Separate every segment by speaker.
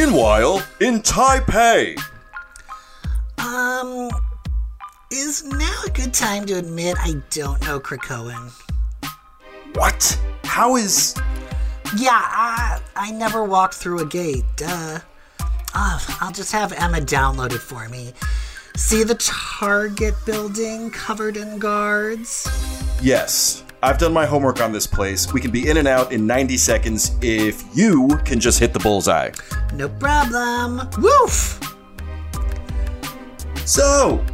Speaker 1: Meanwhile, in Taipei,
Speaker 2: Um, is now a good time to admit I don't know Krakoan?
Speaker 1: what? How is.
Speaker 2: Yeah, I, I never walked through a gate. Duh. Ah, I'll just have Emma download it for me. See the Target building covered in guards?
Speaker 1: Yes, I've done my homework on this place. We can be in and out in 90 seconds if you can just hit the bullseye.
Speaker 2: No problem. Woof!
Speaker 1: So,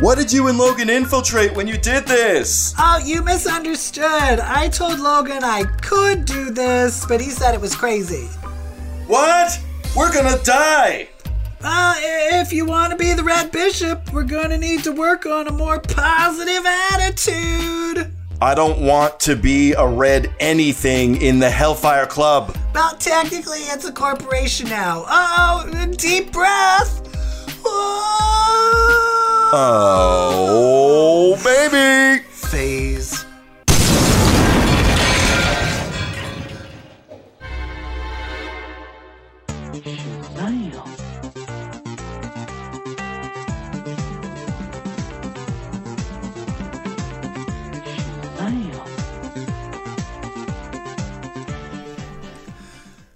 Speaker 1: what did you and Logan infiltrate when you did this?
Speaker 2: Oh, you misunderstood. I told Logan I could do this, but he said it was crazy.
Speaker 1: What? We're gonna die!
Speaker 2: Uh, i- if you want to be the Red Bishop, we're going to need to work on a more positive attitude.
Speaker 1: I don't want to be a red anything in the Hellfire Club.
Speaker 2: Well, technically, it's a corporation now. Oh, deep breath. Whoa.
Speaker 1: Uh. Oh, baby!
Speaker 2: Phase.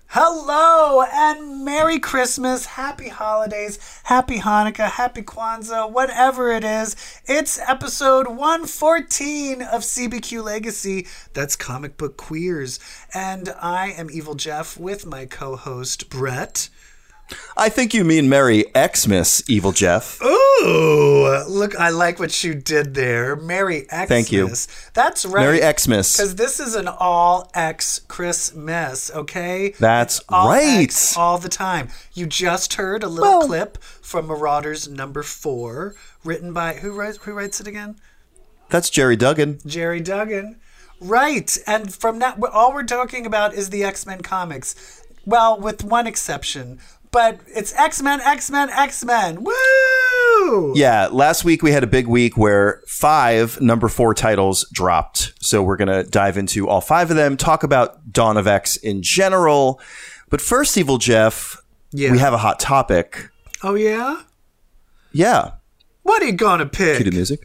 Speaker 2: Hello and Merry Christmas, Happy Holidays, Happy Hanukkah, Happy Kwanzaa, whatever it is. It's episode 114 of CBQ Legacy. That's comic book queers. And I am Evil Jeff with my co host Brett.
Speaker 1: I think you mean Merry Xmas, Evil Jeff.
Speaker 2: Ooh, look, I like what you did there. Merry Xmas.
Speaker 1: Thank you.
Speaker 2: That's right.
Speaker 1: Merry Xmas.
Speaker 2: Because this is an all X Christmas, okay?
Speaker 1: That's
Speaker 2: It's all
Speaker 1: right.
Speaker 2: X all the time. You just heard a little clip from Marauders number four, written by who writes who writes it again?
Speaker 1: That's Jerry Duggan.
Speaker 2: Jerry Duggan. Right. And from now, all we're talking about is the X Men comics. Well, with one exception, but it's X Men, X Men, X Men. Woo!
Speaker 1: Yeah, last week we had a big week where five number four titles dropped. So we're going to dive into all five of them, talk about Dawn of X in general. But first, Evil Jeff,
Speaker 2: Yeah.
Speaker 1: we have a hot topic.
Speaker 2: Oh, yeah?
Speaker 1: Yeah.
Speaker 2: What are you going to
Speaker 1: Cue the
Speaker 2: pick?
Speaker 1: music.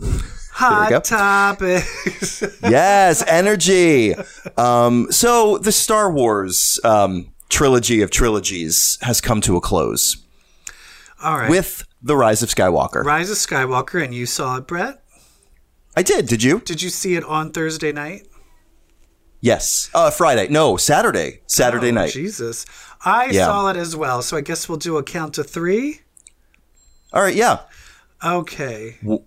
Speaker 1: go.
Speaker 2: Hot topics.
Speaker 1: yes, energy. Um, so the Star Wars um, trilogy of trilogies has come to a close
Speaker 2: All right.
Speaker 1: with the Rise of Skywalker.
Speaker 2: Rise of Skywalker, and you saw it, Brett.
Speaker 1: I did. Did you?
Speaker 2: Did you see it on Thursday night?
Speaker 1: Yes. Uh, Friday. No, Saturday. Saturday
Speaker 2: Oh,
Speaker 1: night.
Speaker 2: Jesus. I
Speaker 1: Yeah.
Speaker 2: saw it as well, so I guess we'll do a count to three.
Speaker 1: All right. Yeah.
Speaker 2: Okay.
Speaker 1: W-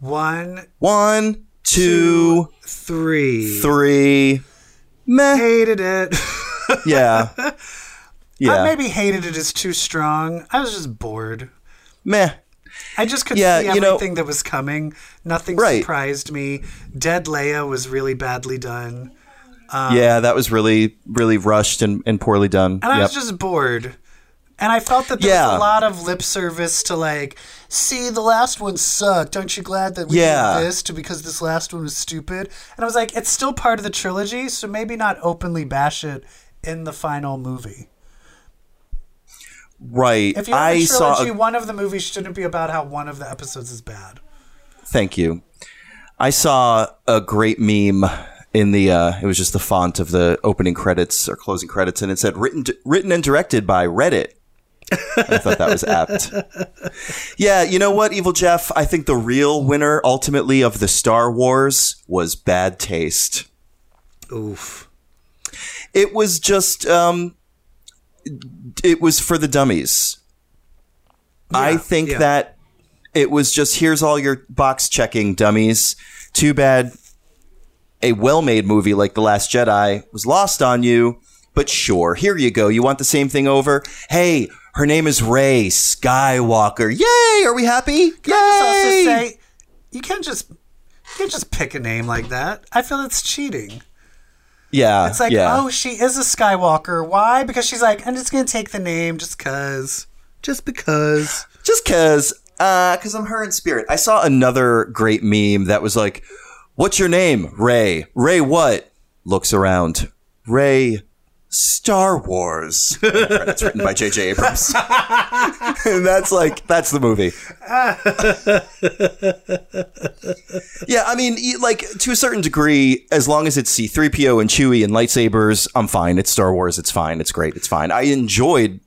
Speaker 2: One,
Speaker 1: One, two,
Speaker 2: three.
Speaker 1: three. Meh.
Speaker 2: Hated it.
Speaker 1: Yeah.
Speaker 2: I
Speaker 1: Yeah.
Speaker 2: Uh, maybe hated it is too strong. I was just bored.
Speaker 1: Meh.
Speaker 2: I just could
Speaker 1: Yeah,
Speaker 2: see
Speaker 1: you know-
Speaker 2: everything that was coming. Nothing
Speaker 1: Right.
Speaker 2: surprised me. Dead Leia was really badly done.
Speaker 1: yeah. That was really, really rushed and, and poorly done.
Speaker 2: Um, And I
Speaker 1: Yep.
Speaker 2: was just bored. And I felt that there was
Speaker 1: Yeah.
Speaker 2: a lot of lip service to like, see, the last one sucked. Aren't you glad that we
Speaker 1: Yeah.
Speaker 2: did this to because this last one was stupid? And I was like, it's still part of the trilogy, so maybe not openly bash it in the final movie.
Speaker 1: right.
Speaker 2: If you have
Speaker 1: I
Speaker 2: a
Speaker 1: saw.
Speaker 2: trilogy,
Speaker 1: A,
Speaker 2: one of the movies shouldn't be about how one of the episodes is bad.
Speaker 1: thank you. I saw a great meme in the. Uh, it was just the font of the opening credits or closing credits, and it said written, written and directed by Reddit. I thought that was apt. Yeah, you know what, Evil Jeff? I think the real winner ultimately of the Star Wars was bad taste.
Speaker 2: Oof.
Speaker 1: it was just um it was for the dummies i think
Speaker 2: yeah.
Speaker 1: that it was just here's all your box checking dummies too bad a well-made movie like the last jedi was lost on you but sure here you go you want the same thing over hey her name is ray skywalker yay are we happy yay
Speaker 2: Let's also say you can't just you can't just pick a name like that. I feel it's cheating.
Speaker 1: yeah
Speaker 2: It's like,
Speaker 1: yeah.
Speaker 2: oh, she is a Skywalker. Why? Because she's like, I'm just gonna take the name just cause. Just because.
Speaker 1: just cause uh cause i'm her in spirit i saw another great meme that was like what's your name ray ray what looks around ray Star Wars. It's written by J.J. Abrams. and that's like, that's the movie. yeah, I mean, e- like, to a certain degree, as long as it's C3PO and Chewie and lightsabers, I'm fine. It's Star Wars. It's fine. It's great. It's fine. I enjoyed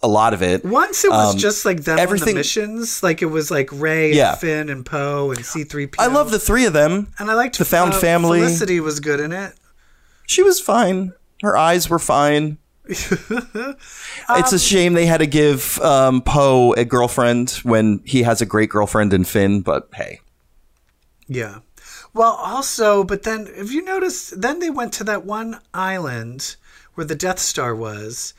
Speaker 1: a lot of it.
Speaker 2: Once it was
Speaker 1: Um,
Speaker 2: just like them on the
Speaker 1: everything-
Speaker 2: missions, like it was like Ray
Speaker 1: Yeah.
Speaker 2: and Finn and Poe and C-3PO.
Speaker 1: I love the three of them.
Speaker 2: and I liked
Speaker 1: the found
Speaker 2: uh,
Speaker 1: family.
Speaker 2: Felicity was good in it.
Speaker 1: She was fine. Her eyes were fine. it's
Speaker 2: Um,
Speaker 1: a shame they had to give um, Poe a girlfriend when he has a great girlfriend in Finn, but hey.
Speaker 2: Yeah. Well, also, but then if you notice, then they went to that one island where the Death Star was,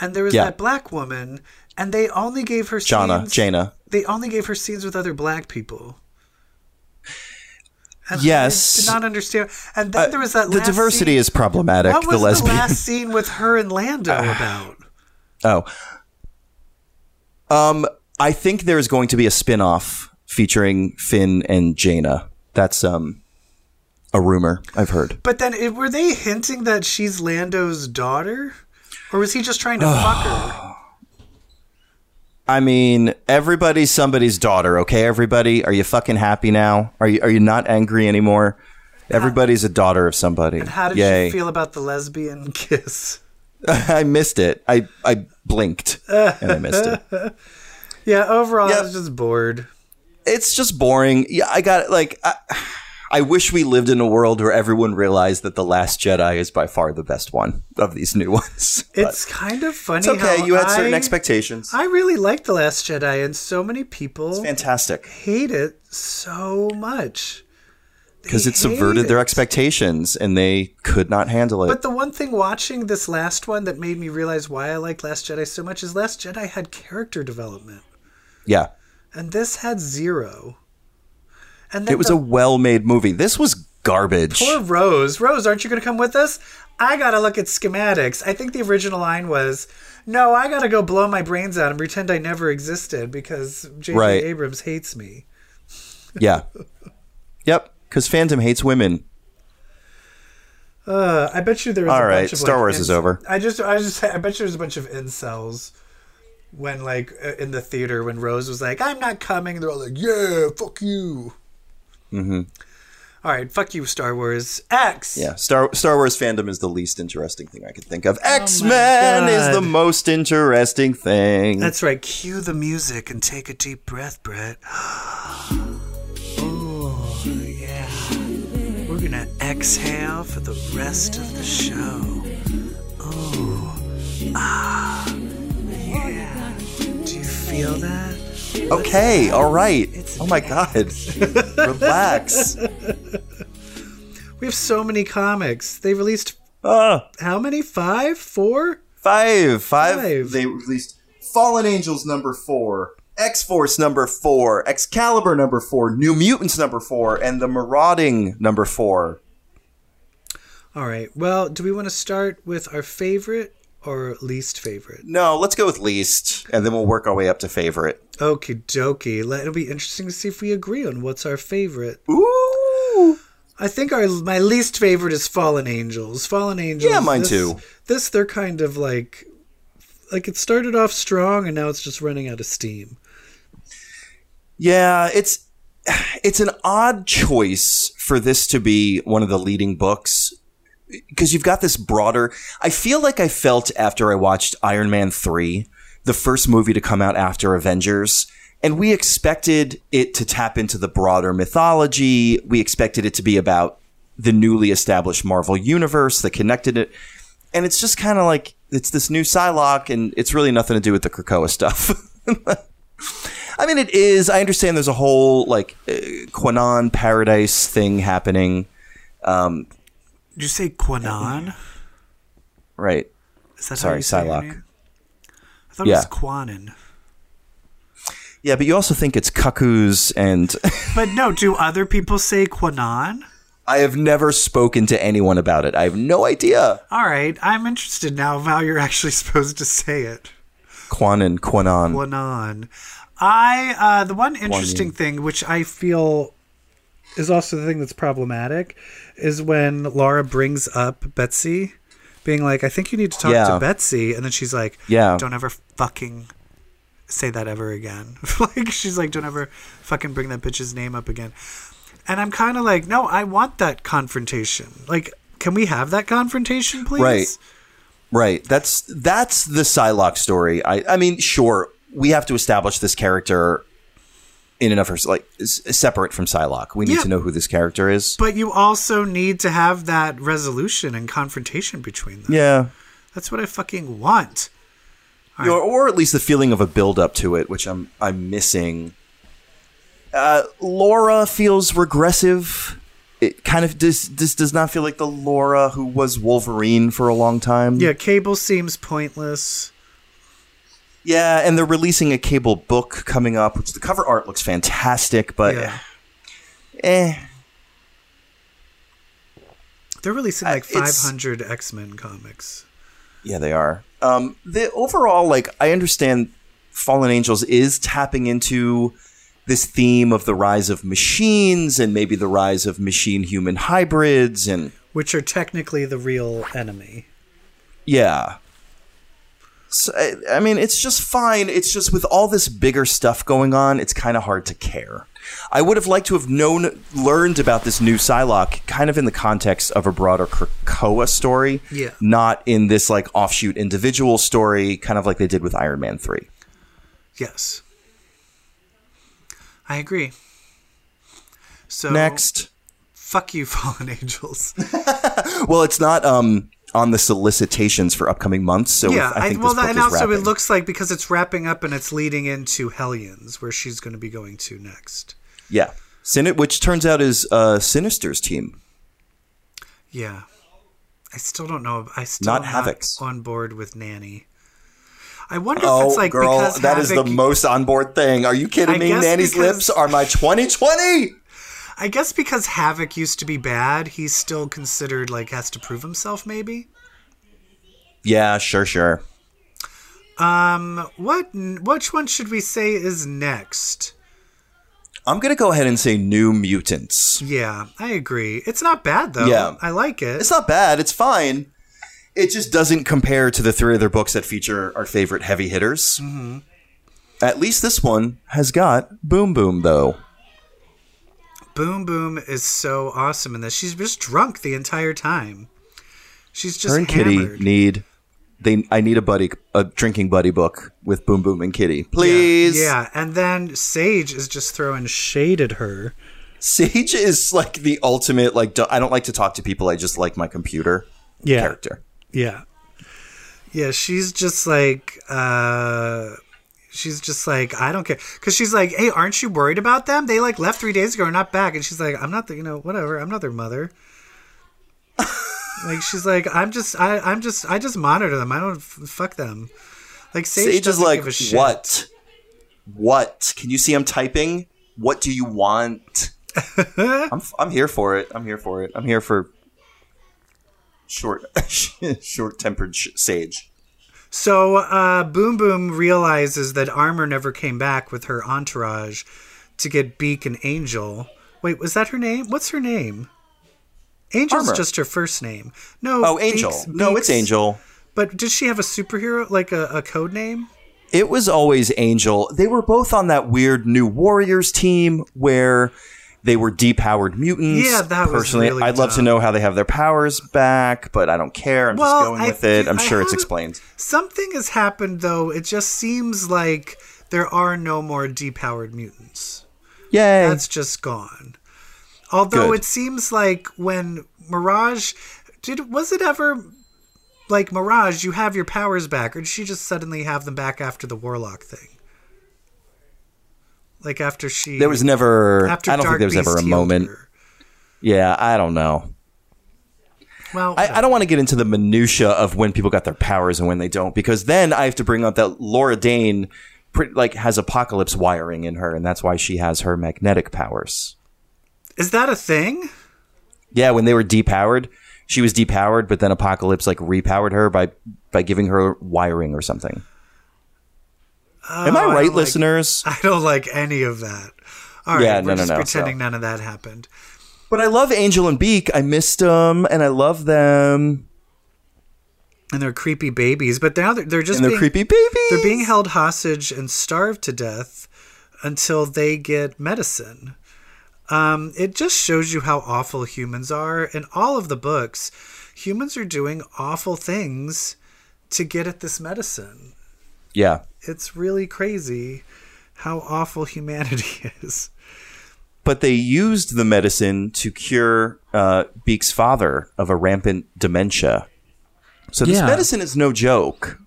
Speaker 2: and there was
Speaker 1: Yeah.
Speaker 2: that black woman, and they only gave her
Speaker 1: Jana,
Speaker 2: scenes.
Speaker 1: Jaina.
Speaker 2: They only gave her scenes with other black people. And
Speaker 1: Yes. Uh,
Speaker 2: I did not understand. And then there was that
Speaker 1: The
Speaker 2: last
Speaker 1: diversity
Speaker 2: scene-
Speaker 1: is problematic.
Speaker 2: What was
Speaker 1: the Ah.
Speaker 2: the,
Speaker 1: lesbian.
Speaker 2: last scene with her and Lando about?
Speaker 1: oh. Um, I think there is going to be a spin off featuring Finn and Jaina. That's um a rumor I've heard.
Speaker 2: But then, it, were they hinting that she's Lando's daughter, or was he just trying to fuck her?
Speaker 1: I mean, everybody's somebody's daughter, okay? Everybody, are you fucking happy now? Are you are you not angry anymore? Everybody's a daughter of somebody.
Speaker 2: How did
Speaker 1: Yay.
Speaker 2: you feel about the lesbian kiss?
Speaker 1: I missed it. I I blinked and I missed it.
Speaker 2: Yeah, overall, I
Speaker 1: Yep.
Speaker 2: was just bored.
Speaker 1: It's just boring. Yeah, I got like I, I wish we lived in a world where everyone realized that the last Jedi is by far the best one of these new ones. But
Speaker 2: It's kind of funny.
Speaker 1: it's okay.
Speaker 2: how
Speaker 1: You had certain
Speaker 2: I-
Speaker 1: expectations.
Speaker 2: I really liked The Last Jedi, and so many people
Speaker 1: Fantastic.
Speaker 2: hate it so much.
Speaker 1: Because
Speaker 2: They
Speaker 1: it subverted
Speaker 2: hate
Speaker 1: their
Speaker 2: it.
Speaker 1: expectations and they could not handle it.
Speaker 2: But the one thing watching this last one that made me realize why I liked Last Jedi so much is Last Jedi had character development,
Speaker 1: yeah.
Speaker 2: and this had zero. And then
Speaker 1: It was
Speaker 2: the
Speaker 1: a well-made movie. This was garbage.
Speaker 2: Poor Rose. Rose, aren't you going to come with us? I got to look at schematics. I think the original line was, "No, I got to go blow my brains out and pretend I never existed because J.J.
Speaker 1: Right.
Speaker 2: Abrams hates me."
Speaker 1: Yeah. Yep. Because fandom hates women.
Speaker 2: Uh, I bet you there was
Speaker 1: All
Speaker 2: a
Speaker 1: right,
Speaker 2: bunch of
Speaker 1: Star
Speaker 2: like,
Speaker 1: Wars is over.
Speaker 2: I just, I just, I bet you there's a bunch of incels when, like, uh, in the theater when Rose was like, "I'm not coming," they're all like, "Yeah, fuck you." Mm-hmm. All right, fuck you, Star Wars X.
Speaker 1: Yeah. Star Star Wars fandom is the least interesting thing I could think of. X Men is the
Speaker 2: Oh God.
Speaker 1: most interesting thing.
Speaker 2: That's right. Cue the music and take a deep breath, Brett. oh, yeah. We're going to exhale for the rest of the show. Oh, ah, yeah. Do you feel that?
Speaker 1: okay. All right. Oh my God. Relax.
Speaker 2: We have so many comics. They released
Speaker 1: Ah,
Speaker 2: how many? Five? Four?
Speaker 1: five, five.
Speaker 2: Five.
Speaker 1: They released Fallen Angels number four. X Force number four, Excalibur number four, New Mutants number four, and the Marauding number four.
Speaker 2: All right. Well, do we want to start with our favorite or least favorite?
Speaker 1: No, let's go with least, and then we'll work our way up to favorite.
Speaker 2: Okie dokie. Let- It'll be interesting to see if we agree on what's our favorite.
Speaker 1: Ooh.
Speaker 2: I think our my least favorite is Fallen Angels. Fallen Angels.
Speaker 1: Yeah, mine
Speaker 2: this-
Speaker 1: too.
Speaker 2: This they're kind of like like it started off strong and now it's just running out of steam.
Speaker 1: Yeah, it's it's an odd choice for this to be one of the leading books because you've got this broader. I feel like I felt after I watched Iron Man 3, the first movie to come out after Avengers, and we expected it to tap into the broader mythology. We expected it to be about the newly established Marvel universe that connected it. And it's just kind of like it's this new Psylocke and it's really nothing to do with the Krakoa stuff. I mean, it is. I understand there's a whole like uh, Quanon paradise thing happening,
Speaker 2: Did you say Quanon?
Speaker 1: right?
Speaker 2: Is that
Speaker 1: Sorry,
Speaker 2: say your
Speaker 1: Psylocke.
Speaker 2: name? I thought
Speaker 1: Yeah.
Speaker 2: Quanon.
Speaker 1: Yeah, but you also think it's cuckoos, and
Speaker 2: But no, do other people say Quanon?
Speaker 1: I have never spoken to anyone about it. I have no idea.
Speaker 2: All right, I'm interested now of how you're actually supposed to say it.
Speaker 1: Quanon, Quanon.
Speaker 2: Quanon. I uh, the one interesting thing which I feel is also the thing that's problematic is when Laura brings up Betsy being like, I think you need to talk
Speaker 1: Yeah.
Speaker 2: to Betsy. And then she's like,
Speaker 1: Yeah.
Speaker 2: Don't ever fucking say that ever again. like, she's like, Don't ever fucking bring that bitch's name up again. And I'm kind of like, No, I want that confrontation. Like, can we have that confrontation, please?
Speaker 1: Right. Right. That's that's the Psylocke story. I I mean, sure, we have to establish this character in and of herself, like s- separate from Psylocke. We need
Speaker 2: Yeah.
Speaker 1: to know who this character is.
Speaker 2: But you also need to have that resolution and confrontation between them.
Speaker 1: yeah.
Speaker 2: That's what I fucking want.
Speaker 1: You know, or at least the feeling of a build up to it, which I'm I'm missing. Uh, Laura feels regressive. It kind of this this does not feel like the Laura who was Wolverine for a long time.
Speaker 2: Yeah, Cable seems pointless.
Speaker 1: yeah, and they're releasing a Cable book coming up, which the cover art looks fantastic, but
Speaker 2: Yeah.
Speaker 1: eh,
Speaker 2: They're releasing like
Speaker 1: it's-
Speaker 2: 500 X Men comics.
Speaker 1: Yeah, they are. Um, the overall, like, I understand Fallen Angels is tapping into this theme of the rise of machines and maybe the rise of machine human hybrids and
Speaker 2: which are technically the real enemy.
Speaker 1: yeah. So, I, I mean, it's just fine. It's just with all this bigger stuff going on, it's kind of hard to care. I would have liked to have known, learned about this new Psylocke kind of in the context of a broader Krakoa story,
Speaker 2: Yeah.
Speaker 1: not in this like offshoot individual story, kind of like they did with Iron Man 3.
Speaker 2: Yes. I agree. So
Speaker 1: Next.
Speaker 2: fuck you, fallen angels.
Speaker 1: Well, it's not um, on the solicitations for upcoming months, so
Speaker 2: yeah,
Speaker 1: I
Speaker 2: I,
Speaker 1: think
Speaker 2: well,
Speaker 1: this book
Speaker 2: that, and
Speaker 1: is
Speaker 2: also it
Speaker 1: wrapping.
Speaker 2: looks like because it's wrapping up and it's leading into Hellions, where she's going to be going to next.
Speaker 1: yeah, Sin- which turns out is uh, Sinister's team.
Speaker 2: Yeah, I still don't know. I still
Speaker 1: Not
Speaker 2: am
Speaker 1: Havoc's.
Speaker 2: on board with Nanny. I wonder if
Speaker 1: Oh,
Speaker 2: it's like
Speaker 1: girl,
Speaker 2: because
Speaker 1: that is the
Speaker 2: Havoc-
Speaker 1: most on board thing. Are you kidding
Speaker 2: I
Speaker 1: me?
Speaker 2: guess
Speaker 1: Nanny's
Speaker 2: because-
Speaker 1: lips are my 2020.
Speaker 2: I guess because Havoc used to be bad, he's still considered like has to prove himself. Maybe.
Speaker 1: Yeah, sure, sure.
Speaker 2: Um, What? Which one should we say is next?
Speaker 1: I'm gonna go ahead and say New Mutants.
Speaker 2: Yeah, I agree. It's not bad though.
Speaker 1: Yeah.
Speaker 2: I like it.
Speaker 1: It's not bad. It's fine. It just doesn't compare to the three other books that feature our favorite heavy hitters.
Speaker 2: Mm-hmm.
Speaker 1: At least this one has got Boom Boom though.
Speaker 2: Boom Boom is so awesome in this. She's just drunk the entire time. She's just
Speaker 1: Her and
Speaker 2: hammered.
Speaker 1: Kitty need they. I need a buddy, a drinking buddy book with Boom Boom and Kitty,
Speaker 2: Yeah,
Speaker 1: please.
Speaker 2: Yeah, and then Sage is just throwing shade at her.
Speaker 1: Sage is like the ultimate. Like do- I don't like to talk to people. I just like my computer.
Speaker 2: Yeah.
Speaker 1: Character.
Speaker 2: Yeah. Yeah, she's just like uh she's just like I don't care cuz she's like, "Hey, aren't you worried about them? They like left 3 days ago and not back." And she's like, "I'm not the, you know, whatever. I'm not their mother." like she's like, "I'm just I I'm just I just monitor them. I don't f- fuck them." Like Sage,
Speaker 1: Sage is
Speaker 2: doesn't
Speaker 1: like,
Speaker 2: give a shit.
Speaker 1: what? What? Can you see I'm typing? What do you want? I'm I'm here for it. I'm here for it. I'm here for short short tempered sh- Sage.
Speaker 2: So uh, Boom Boom realizes that Armor never came back with her entourage to get Beak and Angel. Wait, was that her name? What's her name? Angel's
Speaker 1: Armor.
Speaker 2: just her first name. No.
Speaker 1: Oh, Angel.
Speaker 2: Beak's-
Speaker 1: no, it's
Speaker 2: Beak's-
Speaker 1: Angel.
Speaker 2: But did she have a superhero, like a, a code name?
Speaker 1: It was always Angel. They were both on that weird New Warriors team where they were depowered mutants.
Speaker 2: Yeah, that was
Speaker 1: personally,
Speaker 2: really
Speaker 1: I'd love to
Speaker 2: dumb.
Speaker 1: know how they have their powers back, but I don't care. I'm
Speaker 2: Well,
Speaker 1: just going
Speaker 2: I
Speaker 1: with it.
Speaker 2: do-
Speaker 1: I'm
Speaker 2: I
Speaker 1: sure it's
Speaker 2: haven't-
Speaker 1: explained.
Speaker 2: Something has happened, though. It just seems like there are no more depowered mutants.
Speaker 1: Yay!
Speaker 2: that's just gone. Although
Speaker 1: Good.
Speaker 2: it seems like when Mirage did was it ever like Mirage, you have your powers back, or did she just suddenly have them back after the Warlock thing? Like after she
Speaker 1: there was never.
Speaker 2: after
Speaker 1: I don't think
Speaker 2: Dark
Speaker 1: there was
Speaker 2: Beast
Speaker 1: ever a
Speaker 2: healed
Speaker 1: moment.
Speaker 2: her.
Speaker 1: Yeah, I don't know.
Speaker 2: Well,
Speaker 1: I, I don't want to get into the minutia of when people got their powers and when they don't, because then I have to bring up that Laura Dane, pretty, like, has apocalypse wiring in her, and that's why she has her magnetic powers.
Speaker 2: is that a thing?
Speaker 1: Yeah, when they were depowered, she was depowered, but then Apocalypse like repowered her by by giving her wiring or something.
Speaker 2: Oh,
Speaker 1: Am I right, listeners?
Speaker 2: I don't like any of that. All right,
Speaker 1: Yeah, no,
Speaker 2: we're
Speaker 1: no,
Speaker 2: just
Speaker 1: no,
Speaker 2: pretending
Speaker 1: so-
Speaker 2: none of that happened.
Speaker 1: but I love Angel and Beak. I missed them, and I love them.
Speaker 2: and they're creepy babies. But now they're, they're just
Speaker 1: and they're
Speaker 2: being,
Speaker 1: creepy babies.
Speaker 2: They're being held hostage and starved to death until they get medicine. Um, it just shows you how awful humans are. In all of the books, humans are doing awful things to get at this medicine.
Speaker 1: yeah.
Speaker 2: It's really crazy how awful humanity is.
Speaker 1: But they used the medicine to cure uh, Beak's father of a rampant dementia. So this
Speaker 3: Yeah.
Speaker 1: medicine is no joke.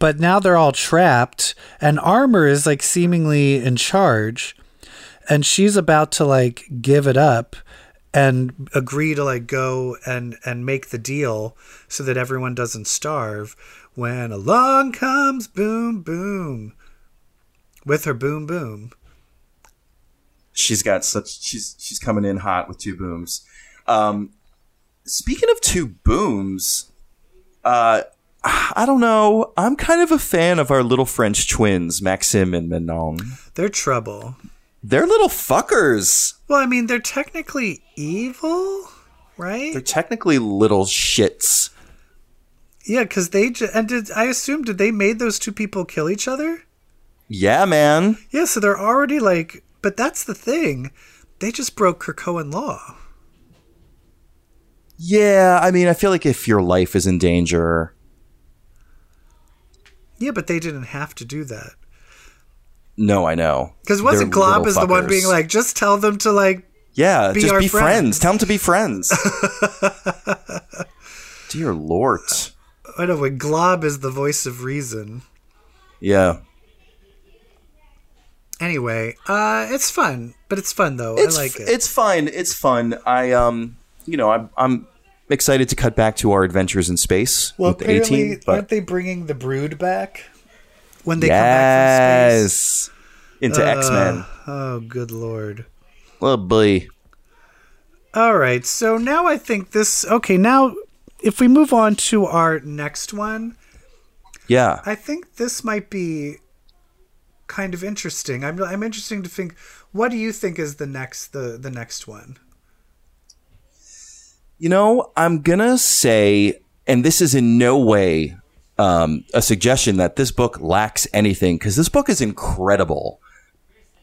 Speaker 3: But now they're all trapped, and Armor is like seemingly in charge, and she's about to like give it up and
Speaker 2: agree to like go and and make the deal so that everyone doesn't starve when along comes boom boom with her boom boom
Speaker 1: She's got such she's she's coming in hot with two booms. Um, speaking of two booms, uh, I don't know. I'm kind of a fan of our little French twins, Maxim and Manon.
Speaker 2: they're trouble
Speaker 1: They're little fuckers.
Speaker 2: well i mean they're technically evil right
Speaker 1: They're technically little shits.
Speaker 2: yeah because they ju- and did i assume did they made those two people kill each other
Speaker 1: Yeah, man.
Speaker 2: yeah so they're already like but that's the thing they just broke Krakoan law
Speaker 1: Yeah, I mean, I feel like if your life is in danger,
Speaker 2: yeah but they didn't have to do that
Speaker 1: no, I know.
Speaker 2: because wasn't
Speaker 1: They're
Speaker 2: glob
Speaker 1: little
Speaker 2: is the one
Speaker 1: fuckers.
Speaker 2: being like just tell them to like
Speaker 1: yeah,
Speaker 2: "Be
Speaker 1: just
Speaker 2: our
Speaker 1: be friends.
Speaker 2: friends."
Speaker 1: Tell them to be friends. Dear Lord.
Speaker 2: I know, but Glob is the voice of reason.
Speaker 1: Yeah.
Speaker 2: Anyway, uh, it's fun, but it's fun though.
Speaker 1: It's,
Speaker 2: I like it.
Speaker 1: it's fine. It's fun. I, um, you know, I'm, I'm excited to cut back to our adventures in space
Speaker 2: well,
Speaker 1: with 18.
Speaker 2: apparently,
Speaker 1: But
Speaker 2: aren't they bringing the Brood back when they
Speaker 1: yes. Into
Speaker 2: come back
Speaker 1: X
Speaker 2: from space?
Speaker 1: Men.
Speaker 2: Uh, oh, good lord!
Speaker 1: Oh, boy.
Speaker 2: All right, so now I think this. Okay, now if we move on to our next one,
Speaker 1: Yeah.
Speaker 2: I think this might be kind of interesting. I'm I'm interesting to think. What do you think is the next the the next one?
Speaker 1: You know, I'm gonna say, and this is in no way um, a suggestion that this book lacks anything because this book is incredible.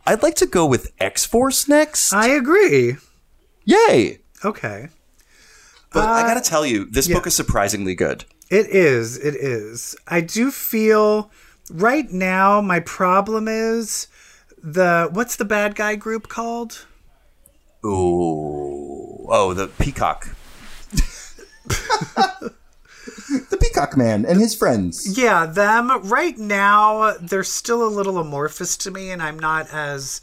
Speaker 1: I'd like to go with X Force next.
Speaker 2: I agree.
Speaker 1: Yay!
Speaker 2: Okay.
Speaker 1: But I gotta tell you, this
Speaker 2: yeah.
Speaker 1: book is surprisingly good.
Speaker 2: It is. It is. I do feel right now my problem is the what's the bad guy group called?
Speaker 1: Ooh, oh, the peacock. the peacock man and his friends.
Speaker 2: Yeah, them. Right now they're still a little amorphous to me and I'm not as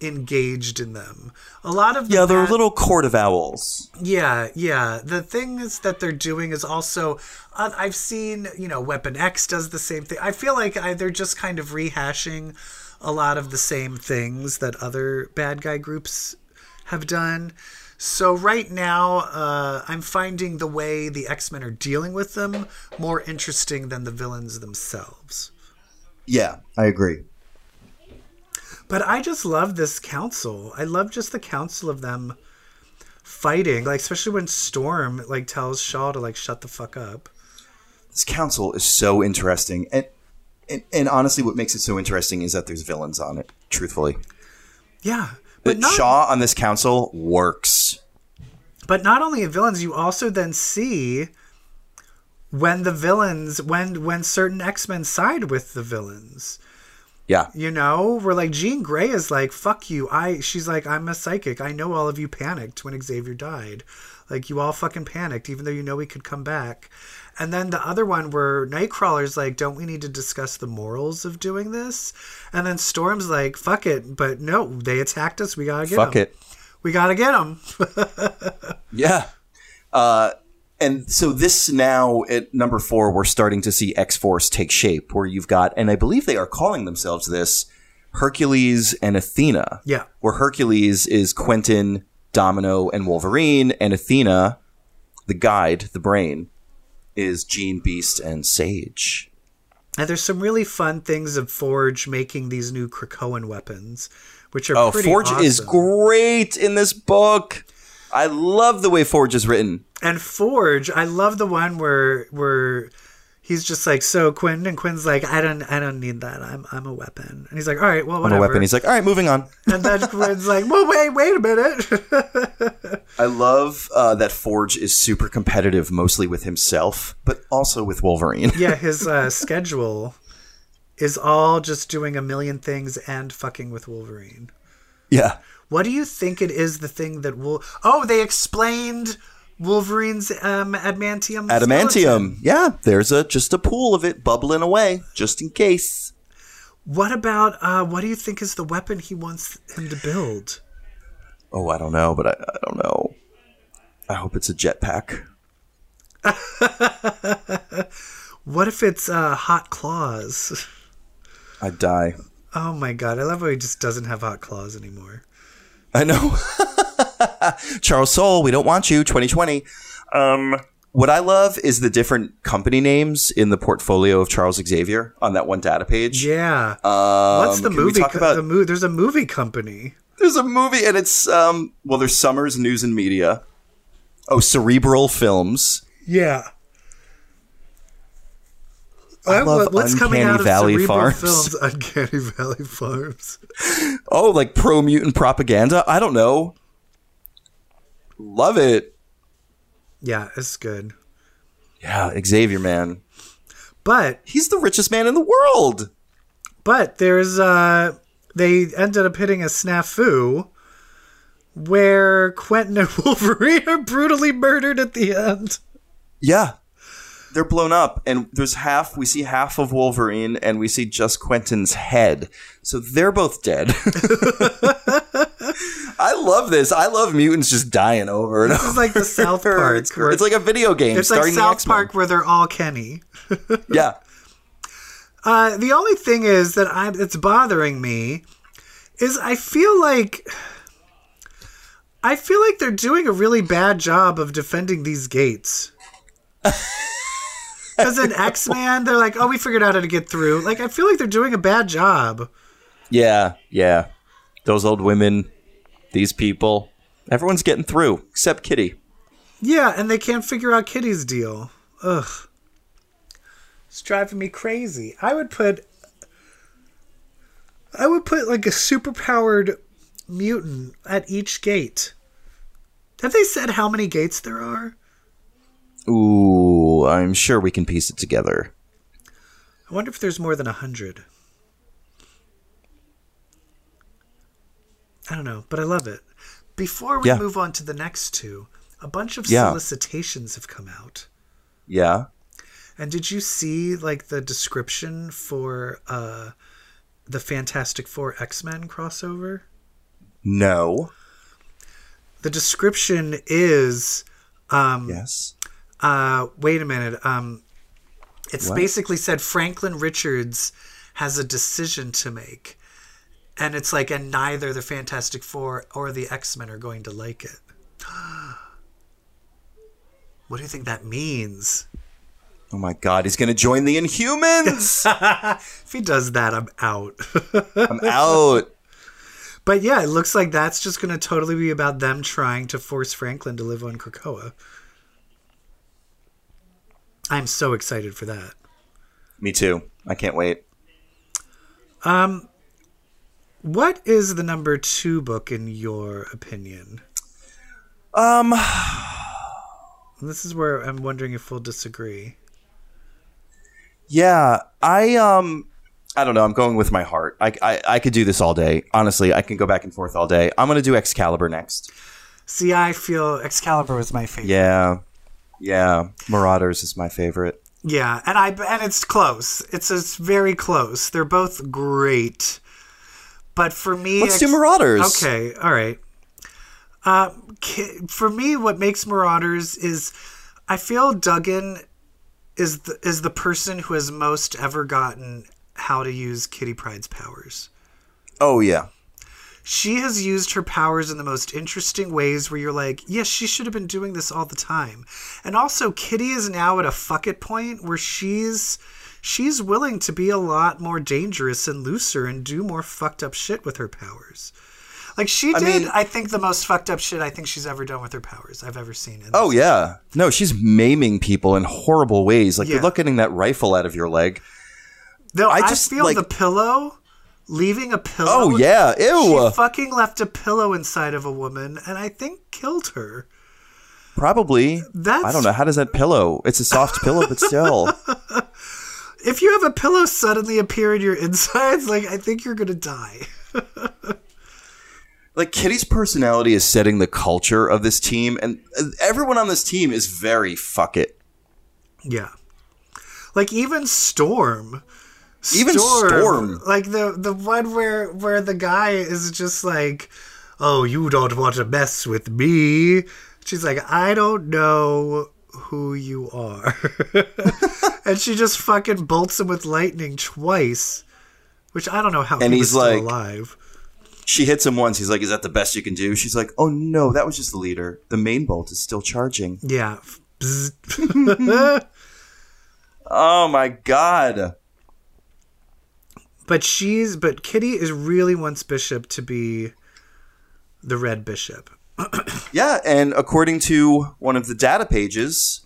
Speaker 2: engaged in them. A lot of the
Speaker 1: Yeah, they're
Speaker 2: bad-
Speaker 1: little court of owls.
Speaker 2: Yeah, yeah. The things that they're doing is also uh, I've seen, you know, Weapon X does the same thing. I feel like I, they're just kind of rehashing a lot of the same things that other bad guy groups have done. So right now, uh, I'm finding the way the X Men are dealing with them more interesting than the villains themselves.
Speaker 1: Yeah, I agree.
Speaker 2: But I just love this council. I love just the council of them fighting, like especially when Storm like tells Shaw to like shut the fuck up.
Speaker 1: this council is so interesting and and, and honestly what makes it so interesting is that there's villains on it truthfully
Speaker 2: Yeah,
Speaker 1: but
Speaker 2: but not
Speaker 1: shaw on this council works
Speaker 2: but not only in villains, you also then see when the villains when when certain X Men side with the villains.
Speaker 1: yeah
Speaker 2: You know, we're like Jean Grey is like fuck you. I she's like I'm a psychic. I know all of you panicked when Xavier died. Like you all fucking panicked, even though you know he could come back. And then the other one where Nightcrawler's like, don't we need to discuss the morals of doing this? And then Storm's like, fuck it, but no, they attacked us. We gotta get
Speaker 1: fuck
Speaker 2: 'em.
Speaker 1: it
Speaker 2: We gotta get them.
Speaker 1: yeah uh and so this now at number four we're starting to see x-force take shape where you've got and i believe they are calling themselves this hercules and athena
Speaker 2: Yeah.
Speaker 1: where hercules is quentin domino and wolverine and athena the guide the brain is Jean Beast and Sage.
Speaker 2: And there's some really fun things of Forge making these new Krakoan weapons, which are
Speaker 1: Oh,
Speaker 2: pretty
Speaker 1: Forge is
Speaker 2: awesome.
Speaker 1: great in this book. I love the way Forge is written.
Speaker 2: And Forge, I love the one where where he's just like so Quentin, and Quinn's like, I don't I don't need that. I'm I'm a weapon, and he's like, all right, well
Speaker 1: I'm
Speaker 2: whatever.
Speaker 1: a weapon. He's like, all right, moving on.
Speaker 2: and then Quinn's like, well wait wait a minute.
Speaker 1: I love uh, that Forge is super competitive, mostly with himself, but also with Wolverine.
Speaker 2: yeah, his uh, schedule is all just doing a million things and fucking with Wolverine.
Speaker 1: yeah.
Speaker 2: What do you think it is the thing that will? Oh, they explained Wolverine's um, adamantium. skeleton.
Speaker 1: Adamantium. Yeah, there's a just a pool of it bubbling away, just in case.
Speaker 2: What about uh, what do you think is the weapon he wants him to build?
Speaker 1: Oh, I don't know, but I, I don't know. I hope it's a jetpack.
Speaker 2: What if it's uh, hot claws?
Speaker 1: I'd die.
Speaker 2: Oh my god, I love how he just doesn't have hot claws anymore.
Speaker 1: I know. Charles Soule, we don't want you. 2020. Um, what I love is the different company names in the portfolio of Charles Xavier on that one data page.
Speaker 2: Yeah.
Speaker 1: Um,
Speaker 2: What's the
Speaker 1: can we
Speaker 2: movie?
Speaker 1: talk
Speaker 2: co-
Speaker 1: about-
Speaker 2: the mo- there's a movie company.
Speaker 1: There's a movie, and it's um. Well, there's Summers News and Media. Oh, Cerebral Films.
Speaker 2: Yeah.
Speaker 1: I love Uncanny Valley
Speaker 2: Cerebral
Speaker 1: Farms.
Speaker 2: Films, Uncanny Valley Farms.
Speaker 1: Oh, like pro mutant propaganda. I don't know. Love it.
Speaker 2: Yeah, it's good.
Speaker 1: Yeah, Xavier, man.
Speaker 2: But
Speaker 1: He's the richest man in the world.
Speaker 2: But there's uh they ended up hitting a snafu where Quentin and Wolverine are brutally murdered at the end.
Speaker 1: Yeah. They're blown up, and there's half. We see half of Wolverine, and we see just Quentin's head. So they're both dead. I love this. I love mutants just dying over and
Speaker 2: It's like the South Park.
Speaker 1: It's,
Speaker 2: where-
Speaker 1: it's like a video game.
Speaker 2: it's like
Speaker 1: starring the
Speaker 2: South
Speaker 1: X-Men.
Speaker 2: Park where they're all Kenny.
Speaker 1: Yeah.
Speaker 2: Uh, the only thing is that I it's bothering me is I feel like I feel like they're doing a really bad job of defending these gates. Because in X Man, they're like, "Oh, we figured out how to get through." Like, I feel like they're doing a bad job.
Speaker 1: Yeah. Yeah. Those old women, these people, everyone's getting through except Kitty.
Speaker 2: Yeah, and they can't figure out Kitty's deal. Ugh. It's driving me crazy. I would put I would put like a superpowered mutant at each gate. Have they said how many gates there are?
Speaker 1: Ooh, I'm sure we can piece it together.
Speaker 2: I wonder if there's more than a hundred. I don't know, but I love it. Before we
Speaker 1: Yeah.
Speaker 2: move on to the next two, a bunch of
Speaker 1: Yeah.
Speaker 2: solicitations have come out.
Speaker 1: Yeah.
Speaker 2: And did you see like the description for uh the Fantastic Four X-Men crossover?
Speaker 1: No.
Speaker 2: The description is um
Speaker 1: Yes.
Speaker 2: uh wait a minute. Um it's basically said Franklin Richards has a decision to make. And it's like and neither the Fantastic Four or the X-Men are going to like it. what do you think that means?
Speaker 1: Oh my god, he's gonna join the Inhumans!
Speaker 2: If he does that, I'm out.
Speaker 1: I'm out.
Speaker 2: But yeah, it looks like that's just going to totally be about them trying to force Franklin to live on Krakoa. I'm so excited for that.
Speaker 1: Me too. I can't wait.
Speaker 2: What is the number two book in your opinion?
Speaker 1: Um,
Speaker 2: This is where I'm wondering if we'll disagree.
Speaker 1: yeah, I um, I don't know. I'm going with my heart. I I, I could do this all day. Honestly, I can go back and forth all day. I'm gonna do Excalibur next.
Speaker 2: See, I feel Excalibur was my favorite.
Speaker 1: Yeah, yeah. Marauders is my favorite.
Speaker 2: Yeah, and I and it's close. It's it's very close. They're both great. But for me,
Speaker 1: Let's do
Speaker 2: Ex-
Speaker 1: Marauders.
Speaker 2: Okay, all right. Uh, ki- for me, what makes Marauders is I feel Duggan is the, is the person who has most ever gotten how to use Kitty Pride's powers.
Speaker 1: Oh yeah.
Speaker 2: She has used her powers in the most interesting ways where you're like, yes, she should have been doing this all the time. And also Kitty is now at a fuck it point where she's she's willing to be a lot more dangerous and looser and do more fucked up shit with her powers. Like she
Speaker 1: I
Speaker 2: did, I,
Speaker 1: mean-
Speaker 2: think the most fucked up shit I think she's ever done with her powers I've ever seen. In
Speaker 1: Oh yeah, no, she's maiming people in horrible ways. Like
Speaker 2: Yeah.
Speaker 1: good luck getting that rifle out of your leg.
Speaker 2: Though I
Speaker 1: I
Speaker 2: just
Speaker 1: just,
Speaker 2: feel
Speaker 1: like-
Speaker 2: the pillow, leaving a pillow.
Speaker 1: Oh yeah, ew.
Speaker 2: She fucking left a pillow inside of a woman, and I think killed her.
Speaker 1: Probably.
Speaker 2: That's-
Speaker 1: I don't know. How does that pillow? It's a soft pillow, but still.
Speaker 2: If you have a pillow suddenly appear in your insides, like I think you're gonna die.
Speaker 1: Like Kitty's personality is setting the culture of this team, and uh, everyone on this team is very fuck it.
Speaker 2: Yeah. Like even Storm.
Speaker 1: Even Storm.
Speaker 2: Like the the one where where the guy is just like, "Oh, you don't want to mess with me." She's like, "I don't know who you are." and she just fucking bolts him with lightning twice, which I don't know how
Speaker 1: And
Speaker 2: he
Speaker 1: he's
Speaker 2: was
Speaker 1: like-
Speaker 2: still alive.
Speaker 1: She hits him once. He's like, "Is that the best you can do?" She's like, "Oh no, that was just the leader. The main bolt is still charging."
Speaker 2: Yeah. Bzz.
Speaker 1: Oh my god.
Speaker 2: But she's but Kitty is really wants Bishop to be the red bishop.
Speaker 1: Yeah, and according to one of the data pages,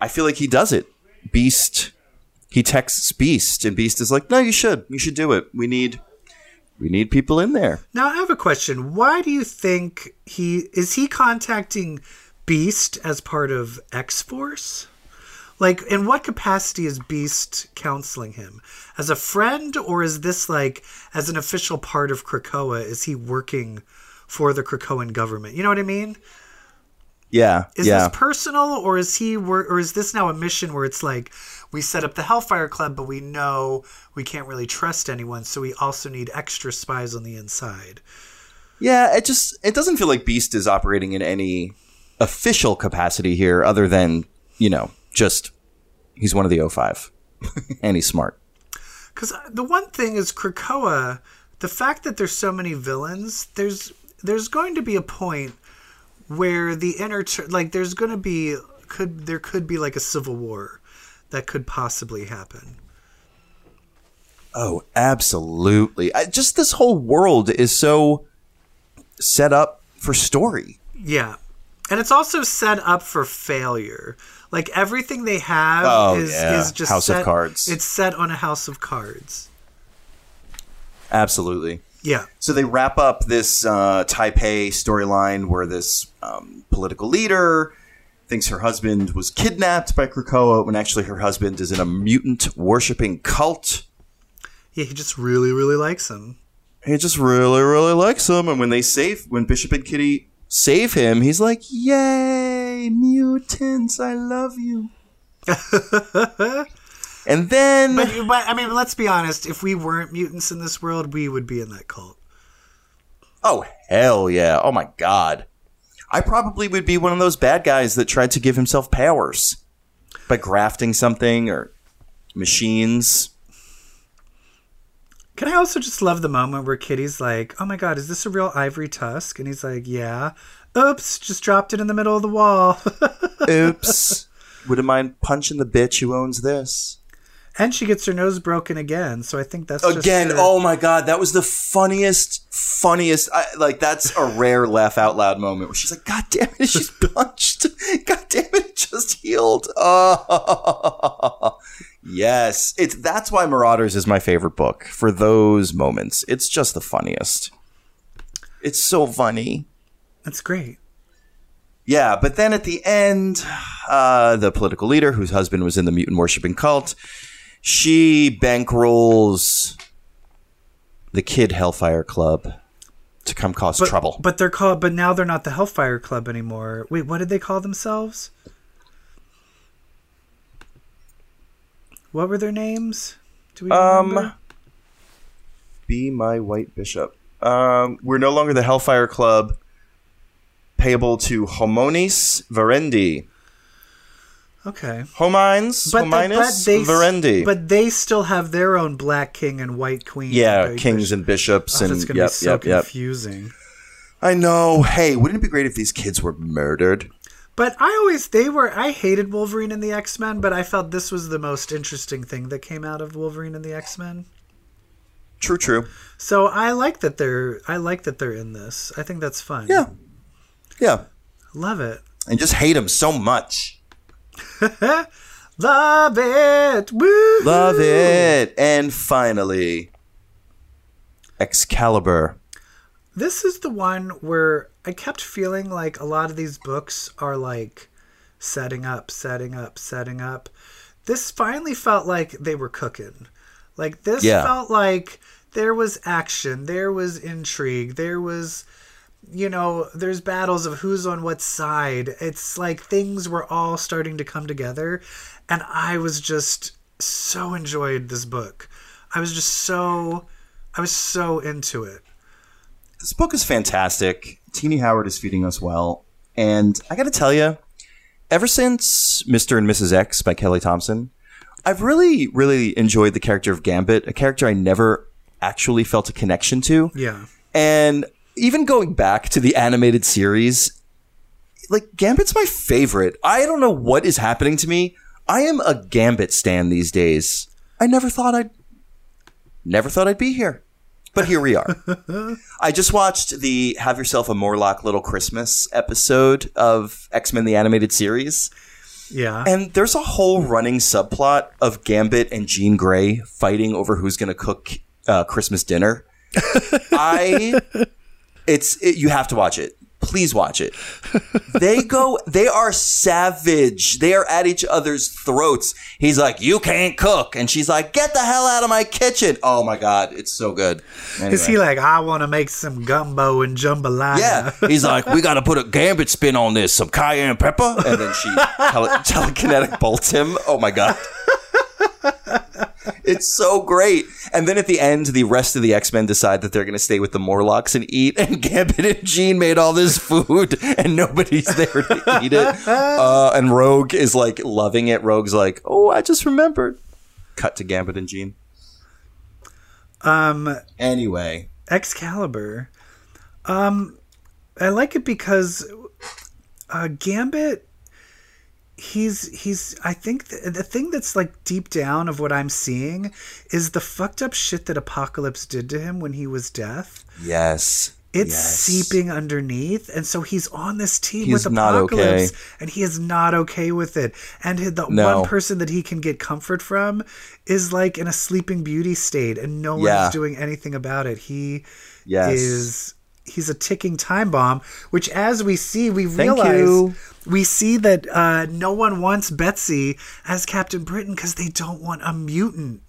Speaker 1: I feel like he does it. Beast, he texts Beast, and Beast is like, "No, you should. You should do it. We need, we need people in there."
Speaker 2: Now I have a question. Why do you think he is he contacting Beast as part of X Force? Like, in what capacity is Beast counseling him? As a friend, or is this like as an official part of Krakoa? Is he working for the Krakoan government? You know what I mean?
Speaker 1: Yeah,
Speaker 2: Is
Speaker 1: yeah.
Speaker 2: this personal, or is he, wor- or is this now a mission where it's like we set up the Hellfire Club, but we know we can't really trust anyone, so we also need extra spies on the inside?
Speaker 1: Yeah, it just it doesn't feel like Beast is operating in any official capacity here other than, you know, just he's one of the O5 and he's smart.
Speaker 2: Because uh, the one thing is Krakoa, the fact that there's so many villains, there's there's going to be a point where the inner tr- like there's going to be could there could be like a civil war that could possibly happen.
Speaker 1: Oh, absolutely. I, just this whole world is so set up for story.
Speaker 2: Yeah. And it's also set up for failure. Like everything they have
Speaker 1: Oh,
Speaker 2: is,
Speaker 1: yeah.
Speaker 2: is just
Speaker 1: House of
Speaker 2: set-
Speaker 1: Cards.
Speaker 2: It's set on a house of cards.
Speaker 1: Absolutely.
Speaker 2: Yeah.
Speaker 1: So they wrap up this uh, Taipei storyline where this um, political leader thinks her husband was kidnapped by Krakoa when actually her husband is in a mutant worshipping cult.
Speaker 2: Yeah, he just really, really likes him.
Speaker 1: he just really, really likes him. And when they save, when Bishop and Kitty save him, he's like, "Yay, mutants! I love you." and then,
Speaker 2: But, but I mean, let's be honest. If we weren't mutants in this world, we would be in that cult.
Speaker 1: oh hell yeah! Oh my god, I probably would be one of those bad guys that tried to give himself powers by grafting something or machines.
Speaker 2: Can I also just love the moment where Kitty's like, "Oh my god, is this a real ivory tusk?" And he's like, "Yeah." Oops, just dropped it in the middle of the wall.
Speaker 1: Oops. Wouldn't mind punching the bitch who owns this.
Speaker 2: and she gets her nose broken again. So I think that's just
Speaker 1: again
Speaker 2: her-
Speaker 1: oh my god that was the funniest funniest I, like that's a rare laugh out loud moment where she's like god damn it she's punched god damn it it just healed oh yes it's that's why marauders is my favorite book for those moments it's just the funniest it's so funny
Speaker 2: that's great.
Speaker 1: yeah, but then at the end, uh, the political leader, whose husband was in the mutant worshipping cult, she bankrolls the Kid Hellfire Club to come cause
Speaker 2: But,
Speaker 1: trouble.
Speaker 2: But they're called. But now they're not the Hellfire Club anymore. Wait, what did they call themselves? What were their names? Do we
Speaker 1: Um,
Speaker 2: remember?
Speaker 1: Be my white bishop. Um, we're no longer the Hellfire Club, payable to Homonis Verendi.
Speaker 2: okay.
Speaker 1: Homines,
Speaker 2: But, the-
Speaker 1: Hominus
Speaker 2: but they, s-
Speaker 1: Verendi.
Speaker 2: but they still have their own black king and white queen.
Speaker 1: yeah,
Speaker 2: They-
Speaker 1: kings and bishops
Speaker 2: Oh,
Speaker 1: and
Speaker 2: that's gonna
Speaker 1: yep,
Speaker 2: be so
Speaker 1: yep, yep.
Speaker 2: confusing.
Speaker 1: I know. Hey, wouldn't it be great if these kids were murdered?
Speaker 2: But I always they were I hated Wolverine and the X Men, but I felt this was the most interesting thing that came out of Wolverine and the X Men.
Speaker 1: True, true.
Speaker 2: So I like that they're I like that they're in this. I think that's fun.
Speaker 1: Yeah. Yeah.
Speaker 2: Love it.
Speaker 1: And just hate him so much.
Speaker 2: Love it. Woo.
Speaker 1: Love it. And finally, Excalibur.
Speaker 2: This is the one where I kept feeling like a lot of these books are like setting up, setting up, setting up. This finally felt like they were cooking. Like this
Speaker 1: Yeah.
Speaker 2: felt like there was action, there was intrigue, there was you know, there's battles of who's on what side. It's like things were all starting to come together and I was just so enjoyed this book. I was just so I was so into it.
Speaker 1: This book is fantastic. Teeny Howard is feeding us well. And I got to tell you, ever since Mr. and Mrs. X by Kelly Thompson, I've really, really enjoyed the character of Gambit, a character I never actually felt a connection to.
Speaker 2: Yeah.
Speaker 1: And even going back to the animated series, like Gambit's my favorite. I don't know what is happening to me. I am a Gambit stan these days. I never thought I'd never thought I'd be here. But here we are. I just watched the Have Yourself a Morlock Little Christmas episode of X-Men the animated series.
Speaker 2: Yeah.
Speaker 1: And there's a whole running subplot of Gambit and Jean Grey fighting over who's going to cook uh, Christmas dinner. I, it's it, you have to watch it. Please watch it. They go. They are savage. They are at each other's throats. He's like, "You can't cook," and she's like, "Get the hell out of my kitchen!" Oh my god, it's so good.
Speaker 2: Is
Speaker 1: Anyway.
Speaker 2: he like, I want to make some gumbo and jambalaya?
Speaker 1: Yeah. He's like, we got to put a gambit spin on this, some cayenne pepper. And then she tele- telekinetic bolts him. Oh my God. It's so great. And then at the end, the rest of the X Men decide that they're going to stay with the Morlocks and eat. And Gambit and Jean made all this food, and nobody's there to eat it. Uh, and Rogue is like loving it. Rogue's like, oh, I just remembered. Cut to Gambit and Jean.
Speaker 2: Um,
Speaker 1: Anyway,
Speaker 2: Excalibur. Um, I like it because uh, Gambit. He's he's. I think the, the thing that's like deep down of what I'm seeing is the fucked up shit that Apocalypse did to him when he was death.
Speaker 1: yes.
Speaker 2: It's
Speaker 1: Yes.
Speaker 2: seeping underneath, and so he's on this team
Speaker 1: He's
Speaker 2: with
Speaker 1: not
Speaker 2: Apocalypse,
Speaker 1: okay.
Speaker 2: and he is not okay with it. And he- the
Speaker 1: No.
Speaker 2: one person that he can get comfort from is like in a Sleeping Beauty state, and no one
Speaker 1: Yeah.
Speaker 2: is doing anything about it. He
Speaker 1: Yes.
Speaker 2: is he's a ticking time bomb. Which, as we see, we
Speaker 1: Thank
Speaker 2: realize
Speaker 1: you.
Speaker 2: we see that uh, no one wants Betsy as Captain Britain because they don't want a mutant.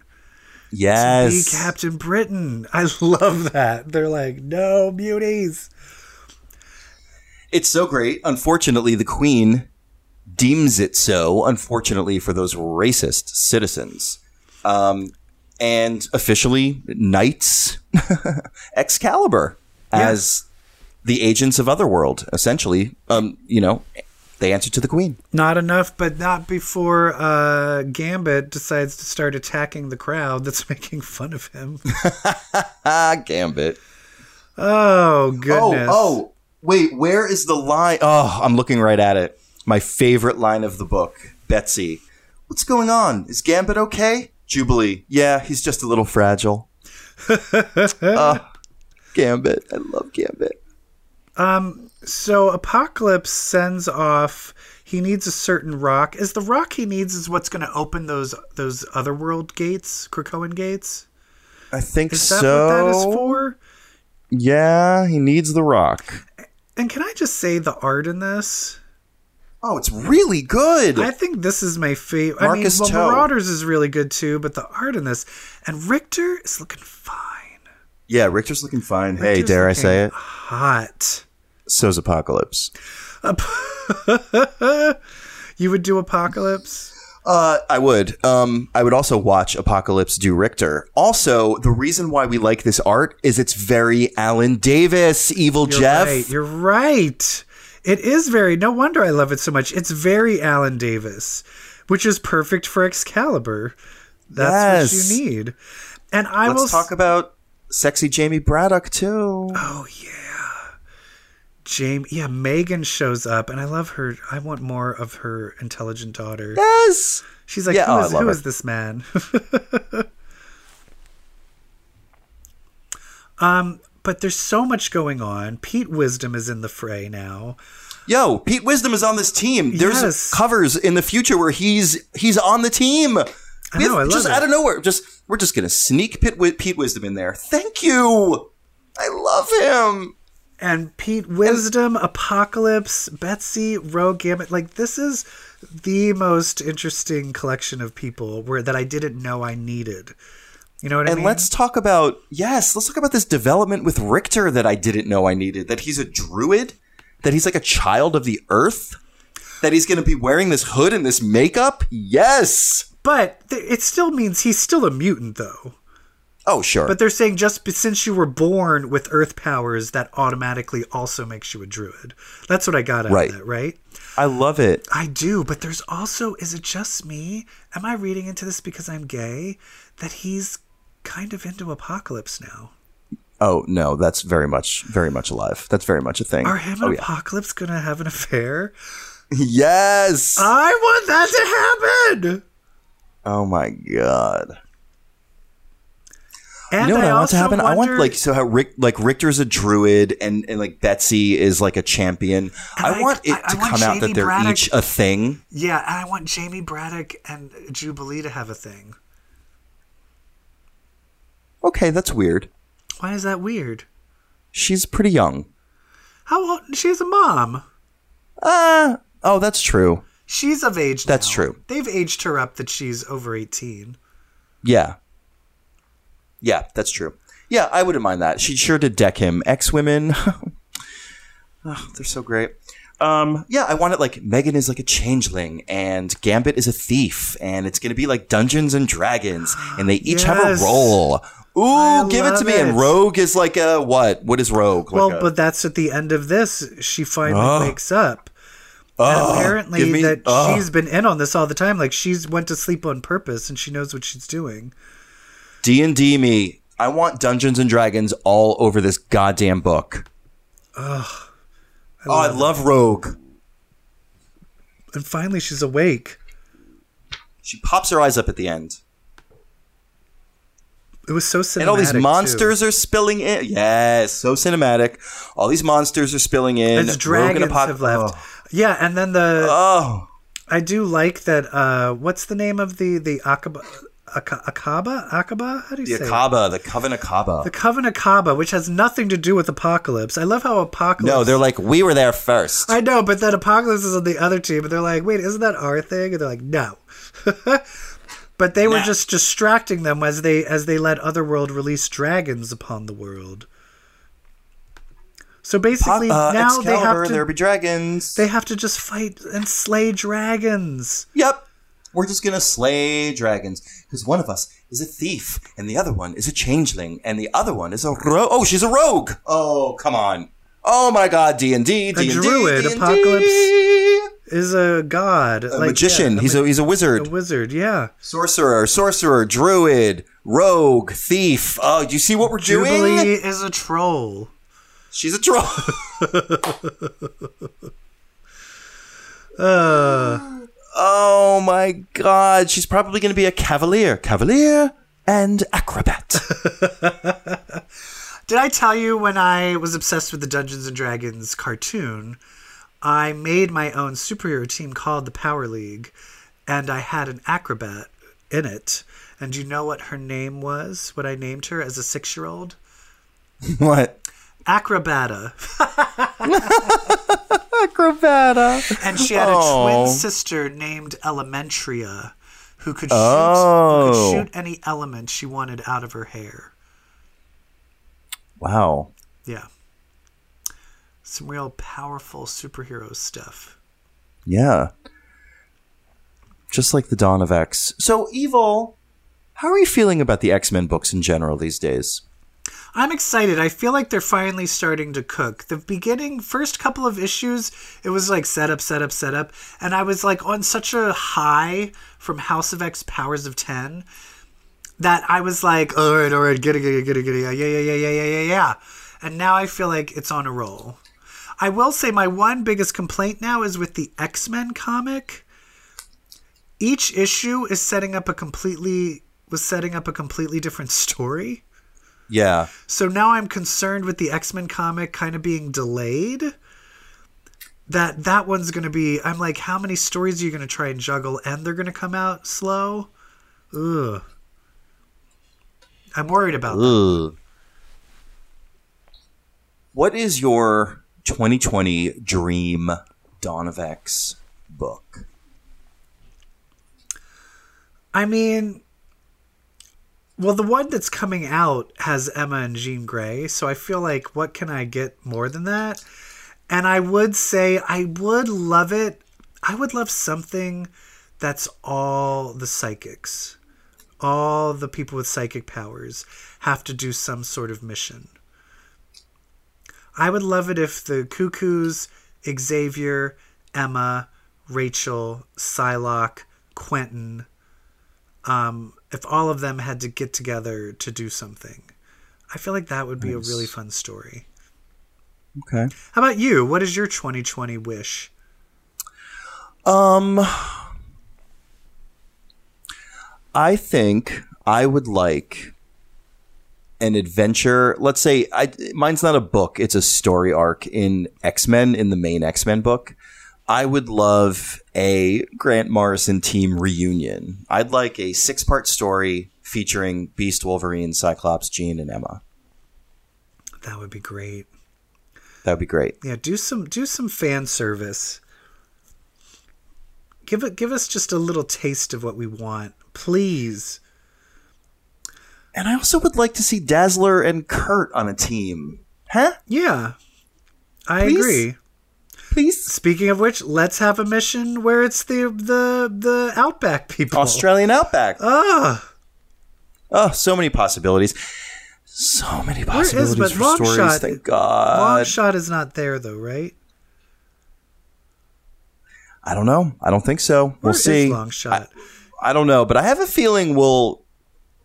Speaker 1: Yes.
Speaker 2: Be Captain Britain. I love that. They're like, no muties.
Speaker 1: It's so great. Unfortunately, the Queen deems it so, unfortunately, for those racist citizens. Um, and officially knights Excalibur as the agents of Otherworld, essentially. Um, you know, they answer to the Queen.
Speaker 2: Not enough, but not before uh, Gambit decides to start attacking the crowd that's making fun of him.
Speaker 1: Ah, Gambit.
Speaker 2: Oh goodness!
Speaker 1: Oh, oh, wait, where is the line? Oh, I'm looking right at it. My favorite line of the book, Betsy. What's going on? Is Gambit okay? Jubilee. Yeah, he's just a little fragile. Uh, Gambit. I love Gambit.
Speaker 2: Um, So Apocalypse sends off. He needs a certain rock. Is the rock he needs is what's going to open those those other world gates, Krakoan gates?
Speaker 1: I think
Speaker 2: Is that
Speaker 1: so.
Speaker 2: what that is for?
Speaker 1: Yeah, he needs the rock.
Speaker 2: And can I just say the art in this?
Speaker 1: Oh, it's really good.
Speaker 2: I think this is my favorite. I mean,
Speaker 1: Marcus
Speaker 2: well,
Speaker 1: Toe.
Speaker 2: Marauders is really good too, but the art in this and Richter is looking fine,
Speaker 1: yeah, Richter's looking fine. hey,
Speaker 2: Richter's
Speaker 1: dare I
Speaker 2: looking-
Speaker 1: say it?
Speaker 2: hot.
Speaker 1: So's Apocalypse.
Speaker 2: You would do Apocalypse?
Speaker 1: Uh, I would. Um, I would also watch Apocalypse do Richter. Also, the reason why we like this art is it's very Alan Davis, Evil
Speaker 2: You're
Speaker 1: Jeff.
Speaker 2: right. You're right. It is very. No wonder I love it so much. It's very Alan Davis, which is perfect for Excalibur. That's
Speaker 1: Yes.
Speaker 2: what you need. And I
Speaker 1: Let's
Speaker 2: will s-
Speaker 1: talk about sexy Jamie Braddock too.
Speaker 2: Oh yeah. Jamie yeah, Megan shows up and I love her. I want more of her intelligent daughter.
Speaker 1: Yes. oh,
Speaker 2: She's like,
Speaker 1: Yeah,
Speaker 2: who
Speaker 1: oh, I
Speaker 2: is-
Speaker 1: love
Speaker 2: who
Speaker 1: her.
Speaker 2: is this man? Um, but there's so much going on. Pete Wisdom is in the fray now.
Speaker 1: Yo, Pete Wisdom is on this team. There's
Speaker 2: Yes.
Speaker 1: covers in the future where he's he's on the team. We
Speaker 2: know, I love
Speaker 1: just
Speaker 2: it.
Speaker 1: out of nowhere, just we're just gonna sneak Pete, Wi- Pete Wisdom in there. Thank you. I love him.
Speaker 2: And Pete Wisdom, Apocalypse, Betsy, Rogue Gamut. Like this is the most interesting collection of people where that I didn't know I needed. You know what I
Speaker 1: And
Speaker 2: mean?
Speaker 1: let's talk about yes, let's talk about this development with Richter that I didn't know I needed. That he's a druid, that he's like a child of the earth, that he's gonna be wearing this hood and this makeup. Yes.
Speaker 2: But th- it still means he's still a mutant, though.
Speaker 1: Oh sure.
Speaker 2: But they're saying just be- since you were born with Earth powers, that automatically also makes you a druid. That's what I got out
Speaker 1: Right.
Speaker 2: of that, right?
Speaker 1: I love it.
Speaker 2: I do, but there's also is it just me? Am I reading into this because I'm gay? That he's kind of into apocalypse now.
Speaker 1: Oh no, that's very much very much alive. That's very much a thing.
Speaker 2: Are him and
Speaker 1: oh, yeah.
Speaker 2: apocalypse gonna have an affair?
Speaker 1: Yes.
Speaker 2: I want that to happen.
Speaker 1: oh my god.
Speaker 2: And
Speaker 1: You know what I, want
Speaker 2: also
Speaker 1: to happen? I want
Speaker 2: wonder-
Speaker 1: like so how Rick like Richter's a druid and, and like Betsy is like a champion. I,
Speaker 2: I-
Speaker 1: want it
Speaker 2: I- I
Speaker 1: to
Speaker 2: want
Speaker 1: come out
Speaker 2: Jamie
Speaker 1: that they're
Speaker 2: Braddock-
Speaker 1: each a thing.
Speaker 2: yeah, and I want Jamie Braddock and Jubilee to have a thing.
Speaker 1: Okay, that's weird.
Speaker 2: Why is that weird?
Speaker 1: She's pretty young.
Speaker 2: How old? She's a mom.
Speaker 1: Uh oh, that's true.
Speaker 2: She's of age.
Speaker 1: That's
Speaker 2: now.
Speaker 1: true.
Speaker 2: They've aged her up that she's over eighteen.
Speaker 1: Yeah. Yeah, that's true. Yeah, I wouldn't mind that. She sure did deck him. Ex women. they're so great. Um, yeah, I want it like Megan is like a changeling and Gambit is a thief and it's going to be like Dungeons and Dragons and they each have
Speaker 2: Yes.
Speaker 1: a role. Ooh, give it to
Speaker 2: love
Speaker 1: me.
Speaker 2: it.
Speaker 1: And Rogue is like a what? What is Rogue? Like
Speaker 2: Well,
Speaker 1: a-
Speaker 2: but that's at the end of this. She finally
Speaker 1: Ugh.
Speaker 2: wakes up.
Speaker 1: Ugh,
Speaker 2: and apparently,
Speaker 1: oh, give me- oh.
Speaker 2: that
Speaker 1: ugh.
Speaker 2: she's been in on this all the time. Like she's went to sleep on purpose, and she knows what she's doing.
Speaker 1: D&D me. I want Dungeons and Dragons all over this goddamn book. oh, I love Rogue.
Speaker 2: And finally, she's awake.
Speaker 1: She pops her eyes up at the end.
Speaker 2: It was so cinematic.
Speaker 1: And all these
Speaker 2: too.
Speaker 1: monsters are spilling in. Yes, so cinematic. All these monsters are spilling in.
Speaker 2: It's
Speaker 1: Rogue and
Speaker 2: dragons
Speaker 1: Apoc-
Speaker 2: have left. Yeah, and then the
Speaker 1: Oh.
Speaker 2: I do like that. Uh, what's the name of the the Akaba? Aka- Akaba? Akaba? How do you
Speaker 1: the
Speaker 2: say? it?
Speaker 1: Akaba, the Coven Akaba.
Speaker 2: The Coven Akaba, which has nothing to do with Apocalypse. I love how Apocalypse.
Speaker 1: no, they're like, we were there first.
Speaker 2: I know, but then Apocalypse is on the other team, and they're like, wait, isn't that our thing? And they're like, no. but they were
Speaker 1: Nah.
Speaker 2: just distracting them as they as they let Otherworld release dragons upon the world. So
Speaker 1: Po-
Speaker 2: basically,
Speaker 1: uh,
Speaker 2: now
Speaker 1: Excalibur,
Speaker 2: they have to
Speaker 1: there be dragons.
Speaker 2: they have to just fight and slay dragons.
Speaker 1: yep. We're just going to slay dragons because one of us is a thief and the other one is a changeling and the other one is a rogue. Oh, she's a rogue. Oh, come on. Oh my god, D&D, D&D,
Speaker 2: druid,
Speaker 1: D&D.
Speaker 2: Apocalypse. Is a god,
Speaker 1: A magician. he's a he's a wizard.
Speaker 2: a wizard. Yeah,
Speaker 1: Sorcerer, sorcerer, druid, rogue, thief. Oh, do you see what we're doing?
Speaker 2: Jubilee is a troll.
Speaker 1: She's a troll. Uh, oh my god, she's probably going to be a cavalier, cavalier, and acrobat.
Speaker 2: Did I tell you when I was obsessed with the Dungeons and Dragons cartoon? I made my own superhero team called the Power League, and I had an acrobat in it. And you know what her name was? What I named her as a six year old?
Speaker 1: what?
Speaker 2: Acrobata.
Speaker 1: Acrobata.
Speaker 2: And she had a
Speaker 1: Oh.
Speaker 2: twin sister named Elementria who could, shoot,
Speaker 1: Oh.
Speaker 2: who could shoot any element she wanted out of her hair.
Speaker 1: Wow.
Speaker 2: Yeah. Some real powerful superhero stuff.
Speaker 1: Yeah. Just like the dawn of X. So evil. How are you feeling about the X-Men books in general these days?
Speaker 2: I'm excited. I feel like they're finally starting to cook. The beginning, first couple of issues, it was like setup, setup, setup. And I was like on such a high from House of X Powers of 10 that I was like, all right, all right, get it, get it, get it, get it. Yeah, yeah, yeah, yeah, yeah, yeah, yeah. And now I feel like it's on a roll. I will say my one biggest complaint now is with the X Men comic. Each issue is setting up a completely was setting up a completely different story.
Speaker 1: Yeah.
Speaker 2: So now I'm concerned with the X Men comic kind of being delayed. That that one's going to be. I'm like, how many stories are you going to try and juggle, and they're going to come out slow? Ugh. I'm worried about that.
Speaker 1: Ugh. What is your 2020 dream Dawn of X book?
Speaker 2: I mean, well, the one that's coming out has Emma and Jean Grey, so I feel like what can I get more than that? And I would say I would love it. I would love something that's all the psychics. All the people with psychic powers have to do some sort of mission. I would love it if the Cuckoos, Xavier, Emma, Rachel, Psylocke, Quentin, um, if all of them had to get together to do something. I feel like that would be a really fun story.
Speaker 1: Okay.
Speaker 2: How about you? What is your 2020 wish?
Speaker 1: Um, I think I would like an adventure. Let's say I, mine's not a book; it's a story arc in X Men in the main X Men book. I would love a Grant Morrison team reunion. I'd like a six part story featuring Beast, Wolverine, Cyclops, Jean, and Emma.
Speaker 2: That would be great.
Speaker 1: That would be great.
Speaker 2: Yeah, do some do some fan service. Give it give us just a little taste of what we want, please.
Speaker 1: And I also would like to see Dazzler and Kurt on a team. Huh?
Speaker 2: Yeah. I
Speaker 1: Please?
Speaker 2: agree.
Speaker 1: Please?
Speaker 2: Speaking of which, let's have a mission where it's the the the outback people. Ah,
Speaker 1: Australian Outback.
Speaker 2: Ugh.
Speaker 1: Oh, so many possibilities. So many possibilities
Speaker 2: but
Speaker 1: for
Speaker 2: Longshot-
Speaker 1: stories. Thank
Speaker 2: Long
Speaker 1: God.
Speaker 2: shot is not there though, right?
Speaker 1: I don't know. I don't think so.
Speaker 2: Where
Speaker 1: we'll
Speaker 2: is
Speaker 1: see.
Speaker 2: long shot.
Speaker 1: I don't know, but I have a feeling we'll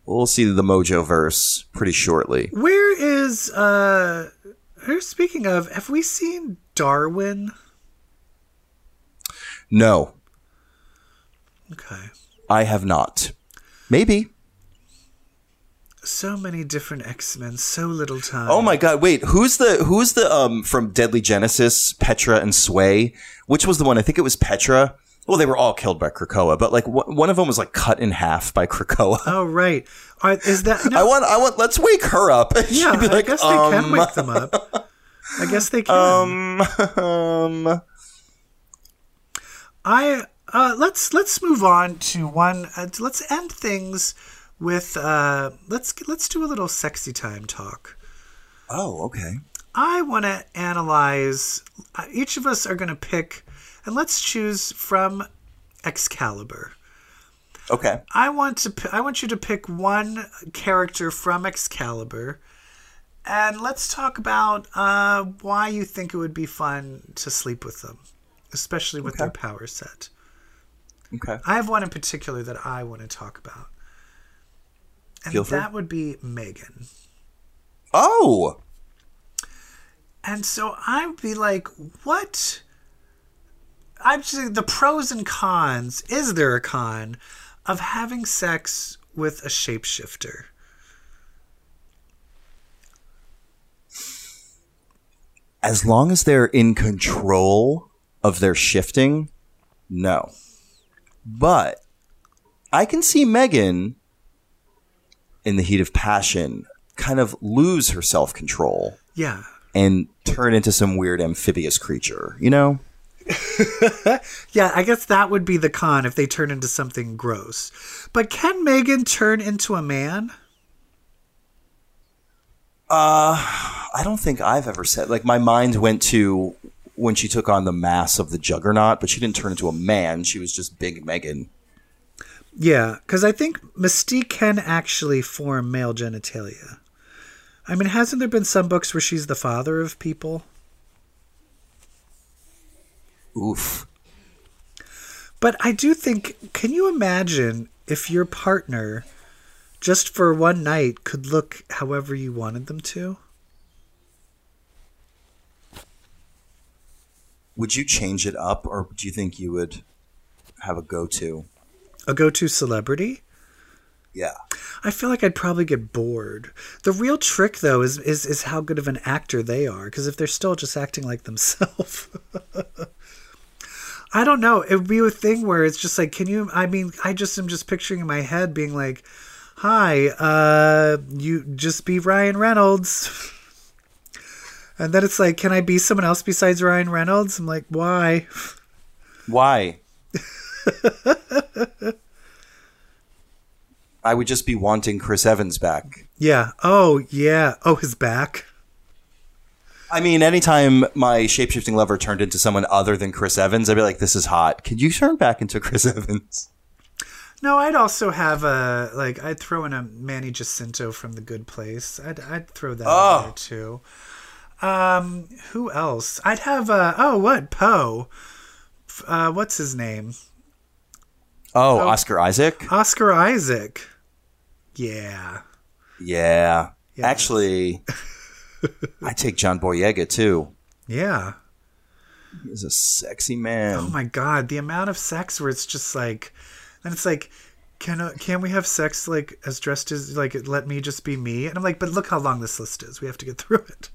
Speaker 1: we'll see the Mojo verse pretty shortly.
Speaker 2: Where is uh who speaking of, have we seen Darwin?
Speaker 1: No,
Speaker 2: Okay.
Speaker 1: I have not. Maybe.
Speaker 2: So many different X-Men, so little time.
Speaker 1: Oh my god, wait, who's the who's the um from Deadly Genesis, Petra and Sway? Which was the one? I think it was Petra. Well, they were all killed by Krakoa, but like wh- one of them was like cut in half by Krakoa.
Speaker 2: Oh right. Are, is that
Speaker 1: I
Speaker 2: no,
Speaker 1: want I want let's wake her up.
Speaker 2: yeah,
Speaker 1: She'd be like,
Speaker 2: I guess they can
Speaker 1: um,
Speaker 2: wake them up. I guess they can.
Speaker 1: um, um
Speaker 2: I uh, let's let's move on to one. Uh, let's end things with uh, let's let's do a little sexy time talk.
Speaker 1: Oh, okay.
Speaker 2: I want to analyze. Uh, each of us are going to pick, and let's choose from Excalibur.
Speaker 1: Okay.
Speaker 2: I want to. p- I want you to pick one character from Excalibur, and let's talk about uh, why you think it would be fun to sleep with them, especially with their power set.
Speaker 1: Okay.
Speaker 2: I have one in particular that I want to talk about. And
Speaker 1: Feel free.
Speaker 2: that would be Megan.
Speaker 1: Oh.
Speaker 2: And so I'd be like, what? I'm just the pros and cons. Is there a con of having sex with a shapeshifter?
Speaker 1: As long as they're in control of their shifting, no. But I can see Megan in the heat of passion kind of lose her self control
Speaker 2: Yeah.
Speaker 1: and turn into some weird amphibious creature, you know?
Speaker 2: Yeah, I guess that would be the con if they turn into something gross. But can Megan turn into a man?
Speaker 1: I don't think I've ever said like my mind went to when she took on the mass of the juggernaut, but she didn't turn into a man. She was just big Megan.
Speaker 2: Yeah, because I think Mystique can actually form male genitalia. I mean, hasn't there been some books where she's the father of people?
Speaker 1: Oof.
Speaker 2: But I do think, can you imagine if your partner, just for one night, could look however you wanted them to?
Speaker 1: Would you change it up, or do you think you would have a go to?
Speaker 2: A go to celebrity?
Speaker 1: Yeah.
Speaker 2: I feel like I'd probably get bored. The real trick, though, is is, is how good of an actor they are. Because if they're still just acting like themselves, I don't know. It would be a thing where it's just like, can you? I mean, I just am just picturing in my head being like, "Hi, uh, you just be Ryan Reynolds," and then it's like, "Can I be someone else besides Ryan Reynolds?" I'm like, "Why?"
Speaker 1: Why? I would just be wanting Chris Evans back.
Speaker 2: Yeah. Oh, yeah. Oh, his back.
Speaker 1: I mean, anytime my shapeshifting lover turned into someone other than Chris Evans, I'd be like, this is hot. Could you turn back into Chris Evans?
Speaker 2: No, I'd also have a like I'd throw in a Manny Jacinto from The Good Place. I'd I'd throw that
Speaker 1: Oh.
Speaker 2: in there too. Um, who else? I'd have uh oh what Poe. F- Uh, what's his name?
Speaker 1: Oh, Oscar Isaac?
Speaker 2: Oscar Isaac. Yeah.
Speaker 1: Yeah. Actually, I take John Boyega too.
Speaker 2: Yeah.
Speaker 1: He's a sexy man.
Speaker 2: Oh my god, the amount of sex where it's just like, and it's like, can uh, can we have sex like as dressed as like let me just be me? And I'm like, but look how long this list is. We have to get through it.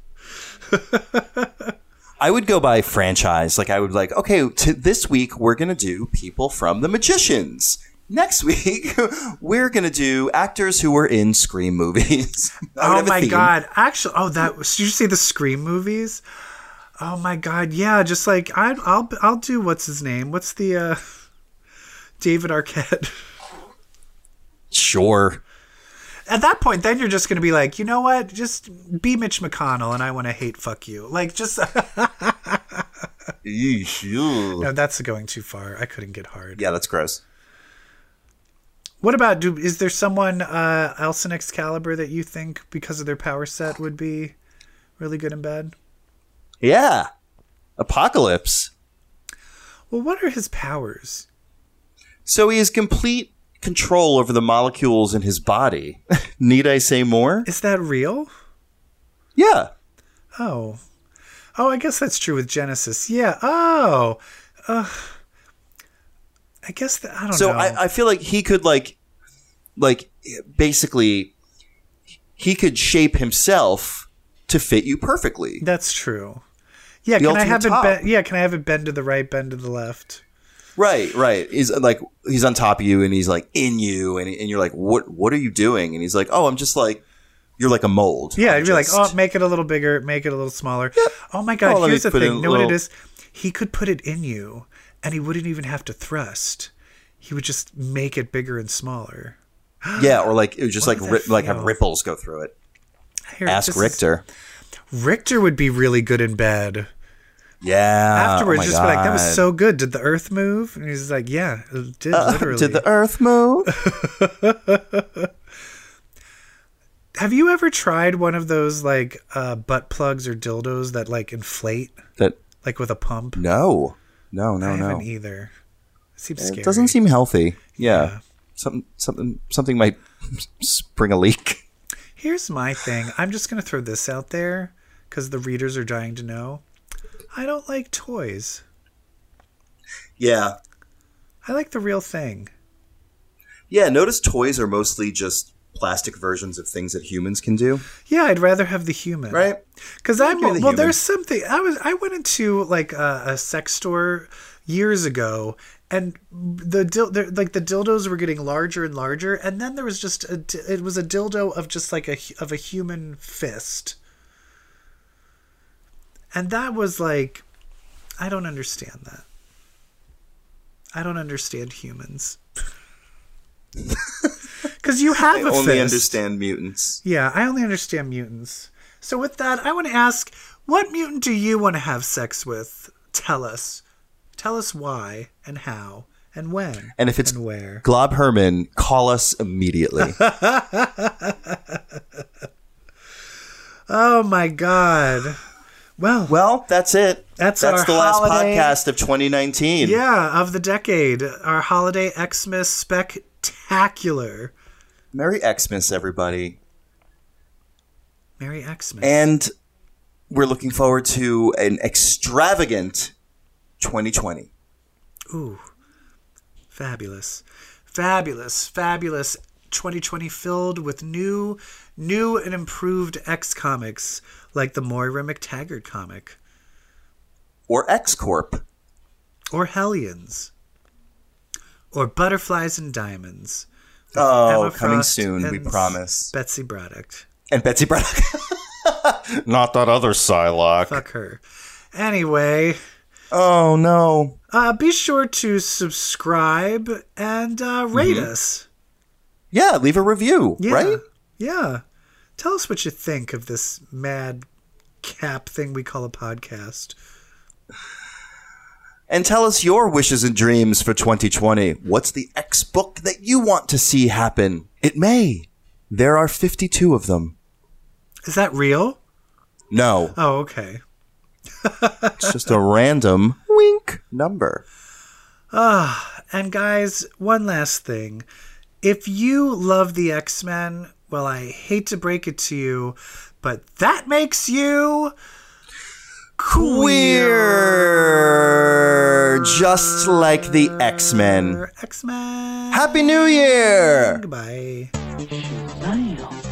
Speaker 1: I would go by franchise. Like I would like, okay, t- this week we're gonna do people from The Magicians. Next week we're gonna do actors who were in Scream movies. I would
Speaker 2: Oh
Speaker 1: have a
Speaker 2: my
Speaker 1: theme.
Speaker 2: god! Actually, oh that was- did you see the Scream movies? Oh my god! Yeah, just like I, I'll I'll do what's his name? What's the uh, David Arquette?
Speaker 1: Sure.
Speaker 2: At that point, then you're just gonna be like, you know what? Just be Mitch McConnell, and I want to hate fuck you. Like, just
Speaker 1: Eesh, ew.
Speaker 2: no, that's going too far. I couldn't get hard.
Speaker 1: Yeah, that's gross.
Speaker 2: What about do? Is there someone uh, else in Excalibur that you think because of their power set would be really good and bad?
Speaker 1: Yeah. Apocalypse.
Speaker 2: Well, what are his powers?
Speaker 1: So he has complete control over the molecules in his body. Need I say more?
Speaker 2: Is that real?
Speaker 1: Yeah.
Speaker 2: Oh. Oh, I guess that's true with Genesis. Yeah. Oh. Uh, I guess that, I don't
Speaker 1: So
Speaker 2: know.
Speaker 1: I, I feel like he could like like basically he could shape himself to fit you perfectly.
Speaker 2: that's true. Yeah,
Speaker 1: The
Speaker 2: can I
Speaker 1: ultimate
Speaker 2: have it
Speaker 1: top.
Speaker 2: bend, yeah, can I have it bend to the right, bend to the left?
Speaker 1: Right, right. He's uh, like he's on top of you and he's like in you and, and you're like what what are you doing? And he's like, "Oh, I'm just like you're like a mold."
Speaker 2: Yeah,
Speaker 1: I'm
Speaker 2: you'd be like,
Speaker 1: just-
Speaker 2: oh, make it a little bigger, make it a little smaller. Oh my god,
Speaker 1: Oh, let me
Speaker 2: here's the
Speaker 1: put in
Speaker 2: thing.
Speaker 1: a
Speaker 2: Know what it
Speaker 1: little-
Speaker 2: is? He could put it in you and he wouldn't even have to thrust. He would just make it bigger and smaller. "Oh,
Speaker 1: yeah, or like it would just like
Speaker 2: does
Speaker 1: ri-
Speaker 2: that
Speaker 1: like have
Speaker 2: feel?
Speaker 1: ripples go through it.
Speaker 2: Here,
Speaker 1: Ask
Speaker 2: this is-
Speaker 1: Richter.
Speaker 2: Richter would be really good in bed.
Speaker 1: Yeah.
Speaker 2: afterwards
Speaker 1: oh my
Speaker 2: just be like that was
Speaker 1: God. Uh,
Speaker 2: so good did the earth move and he's like yeah it did literally
Speaker 1: Did the earth move?
Speaker 2: have you ever tried one of those like uh, butt plugs or dildos that like inflate
Speaker 1: that
Speaker 2: like with a pump
Speaker 1: no. No, no,
Speaker 2: i
Speaker 1: no.
Speaker 2: haven't either it seems scary
Speaker 1: It doesn't seem healthy. Yeah. Something something something might spring a leak.
Speaker 2: here's my thing i'm just going to throw this out there because the readers are dying to know i don't like toys
Speaker 1: Yeah.
Speaker 2: i like the real thing
Speaker 1: Yeah, notice toys are mostly just plastic versions of things that humans can do,
Speaker 2: yeah i'd rather have the human
Speaker 1: right?
Speaker 2: Because I'm
Speaker 1: you're
Speaker 2: well.
Speaker 1: the human.
Speaker 2: There's something I was. I went into like a, a sex store years ago, and the dil the- like the dildos were getting larger and larger, and then there was just a. di- It was a dildo of just like a hu- of a human fist, and that was like, I don't understand that. I don't understand humans. Because you have a fist.
Speaker 1: mutants.
Speaker 2: Yeah, I only understand mutants. So with that, I want to ask, what mutant do you want to have sex with? Tell us. Tell us why and how and when
Speaker 1: And if it's
Speaker 2: and where.
Speaker 1: Glob Herman, call us immediately.
Speaker 2: Oh my god. Well,
Speaker 1: well, that's it.
Speaker 2: That's our
Speaker 1: the last
Speaker 2: holiday-
Speaker 1: podcast of 2019.
Speaker 2: yeah, of the decade, our holiday Xmas spectacular.
Speaker 1: Merry Xmas, everybody.
Speaker 2: Merry Xmas.
Speaker 1: And we're looking forward to an extravagant 2020.
Speaker 2: Ooh. Fabulous. Fabulous, fabulous 2020 filled with new, new and improved X comics, like the Moira McTaggart comic
Speaker 1: or X Corp.
Speaker 2: or Hellions, or Butterflies and Diamonds. with
Speaker 1: Oh,
Speaker 2: Emma
Speaker 1: coming
Speaker 2: Frost
Speaker 1: soon, we
Speaker 2: and
Speaker 1: promise.
Speaker 2: Betsy Braddock.
Speaker 1: And Betsy Braddock.
Speaker 4: Not that other Psylocke.
Speaker 2: Fuck her. Anyway,
Speaker 1: oh no.
Speaker 2: uh, be sure to subscribe and uh, rate
Speaker 1: Mm-hmm.
Speaker 2: us.
Speaker 1: Yeah, leave a review,
Speaker 2: Yeah.
Speaker 1: right?
Speaker 2: Yeah. Tell us what you think of this mad cap thing we call a podcast.
Speaker 1: And tell us your wishes and dreams for 2020. What's the X book that you want to see happen? It may. There are 52 of them.
Speaker 2: Is that real?
Speaker 1: No,
Speaker 2: Oh, okay.
Speaker 1: it's just a random wink number.
Speaker 2: And guys, one last thing. If you love the X Men, well, I hate to break it to you, but that makes you
Speaker 1: We're just like the X Men.
Speaker 2: X Men.
Speaker 1: Happy New Year!
Speaker 2: Goodbye.
Speaker 5: Smile.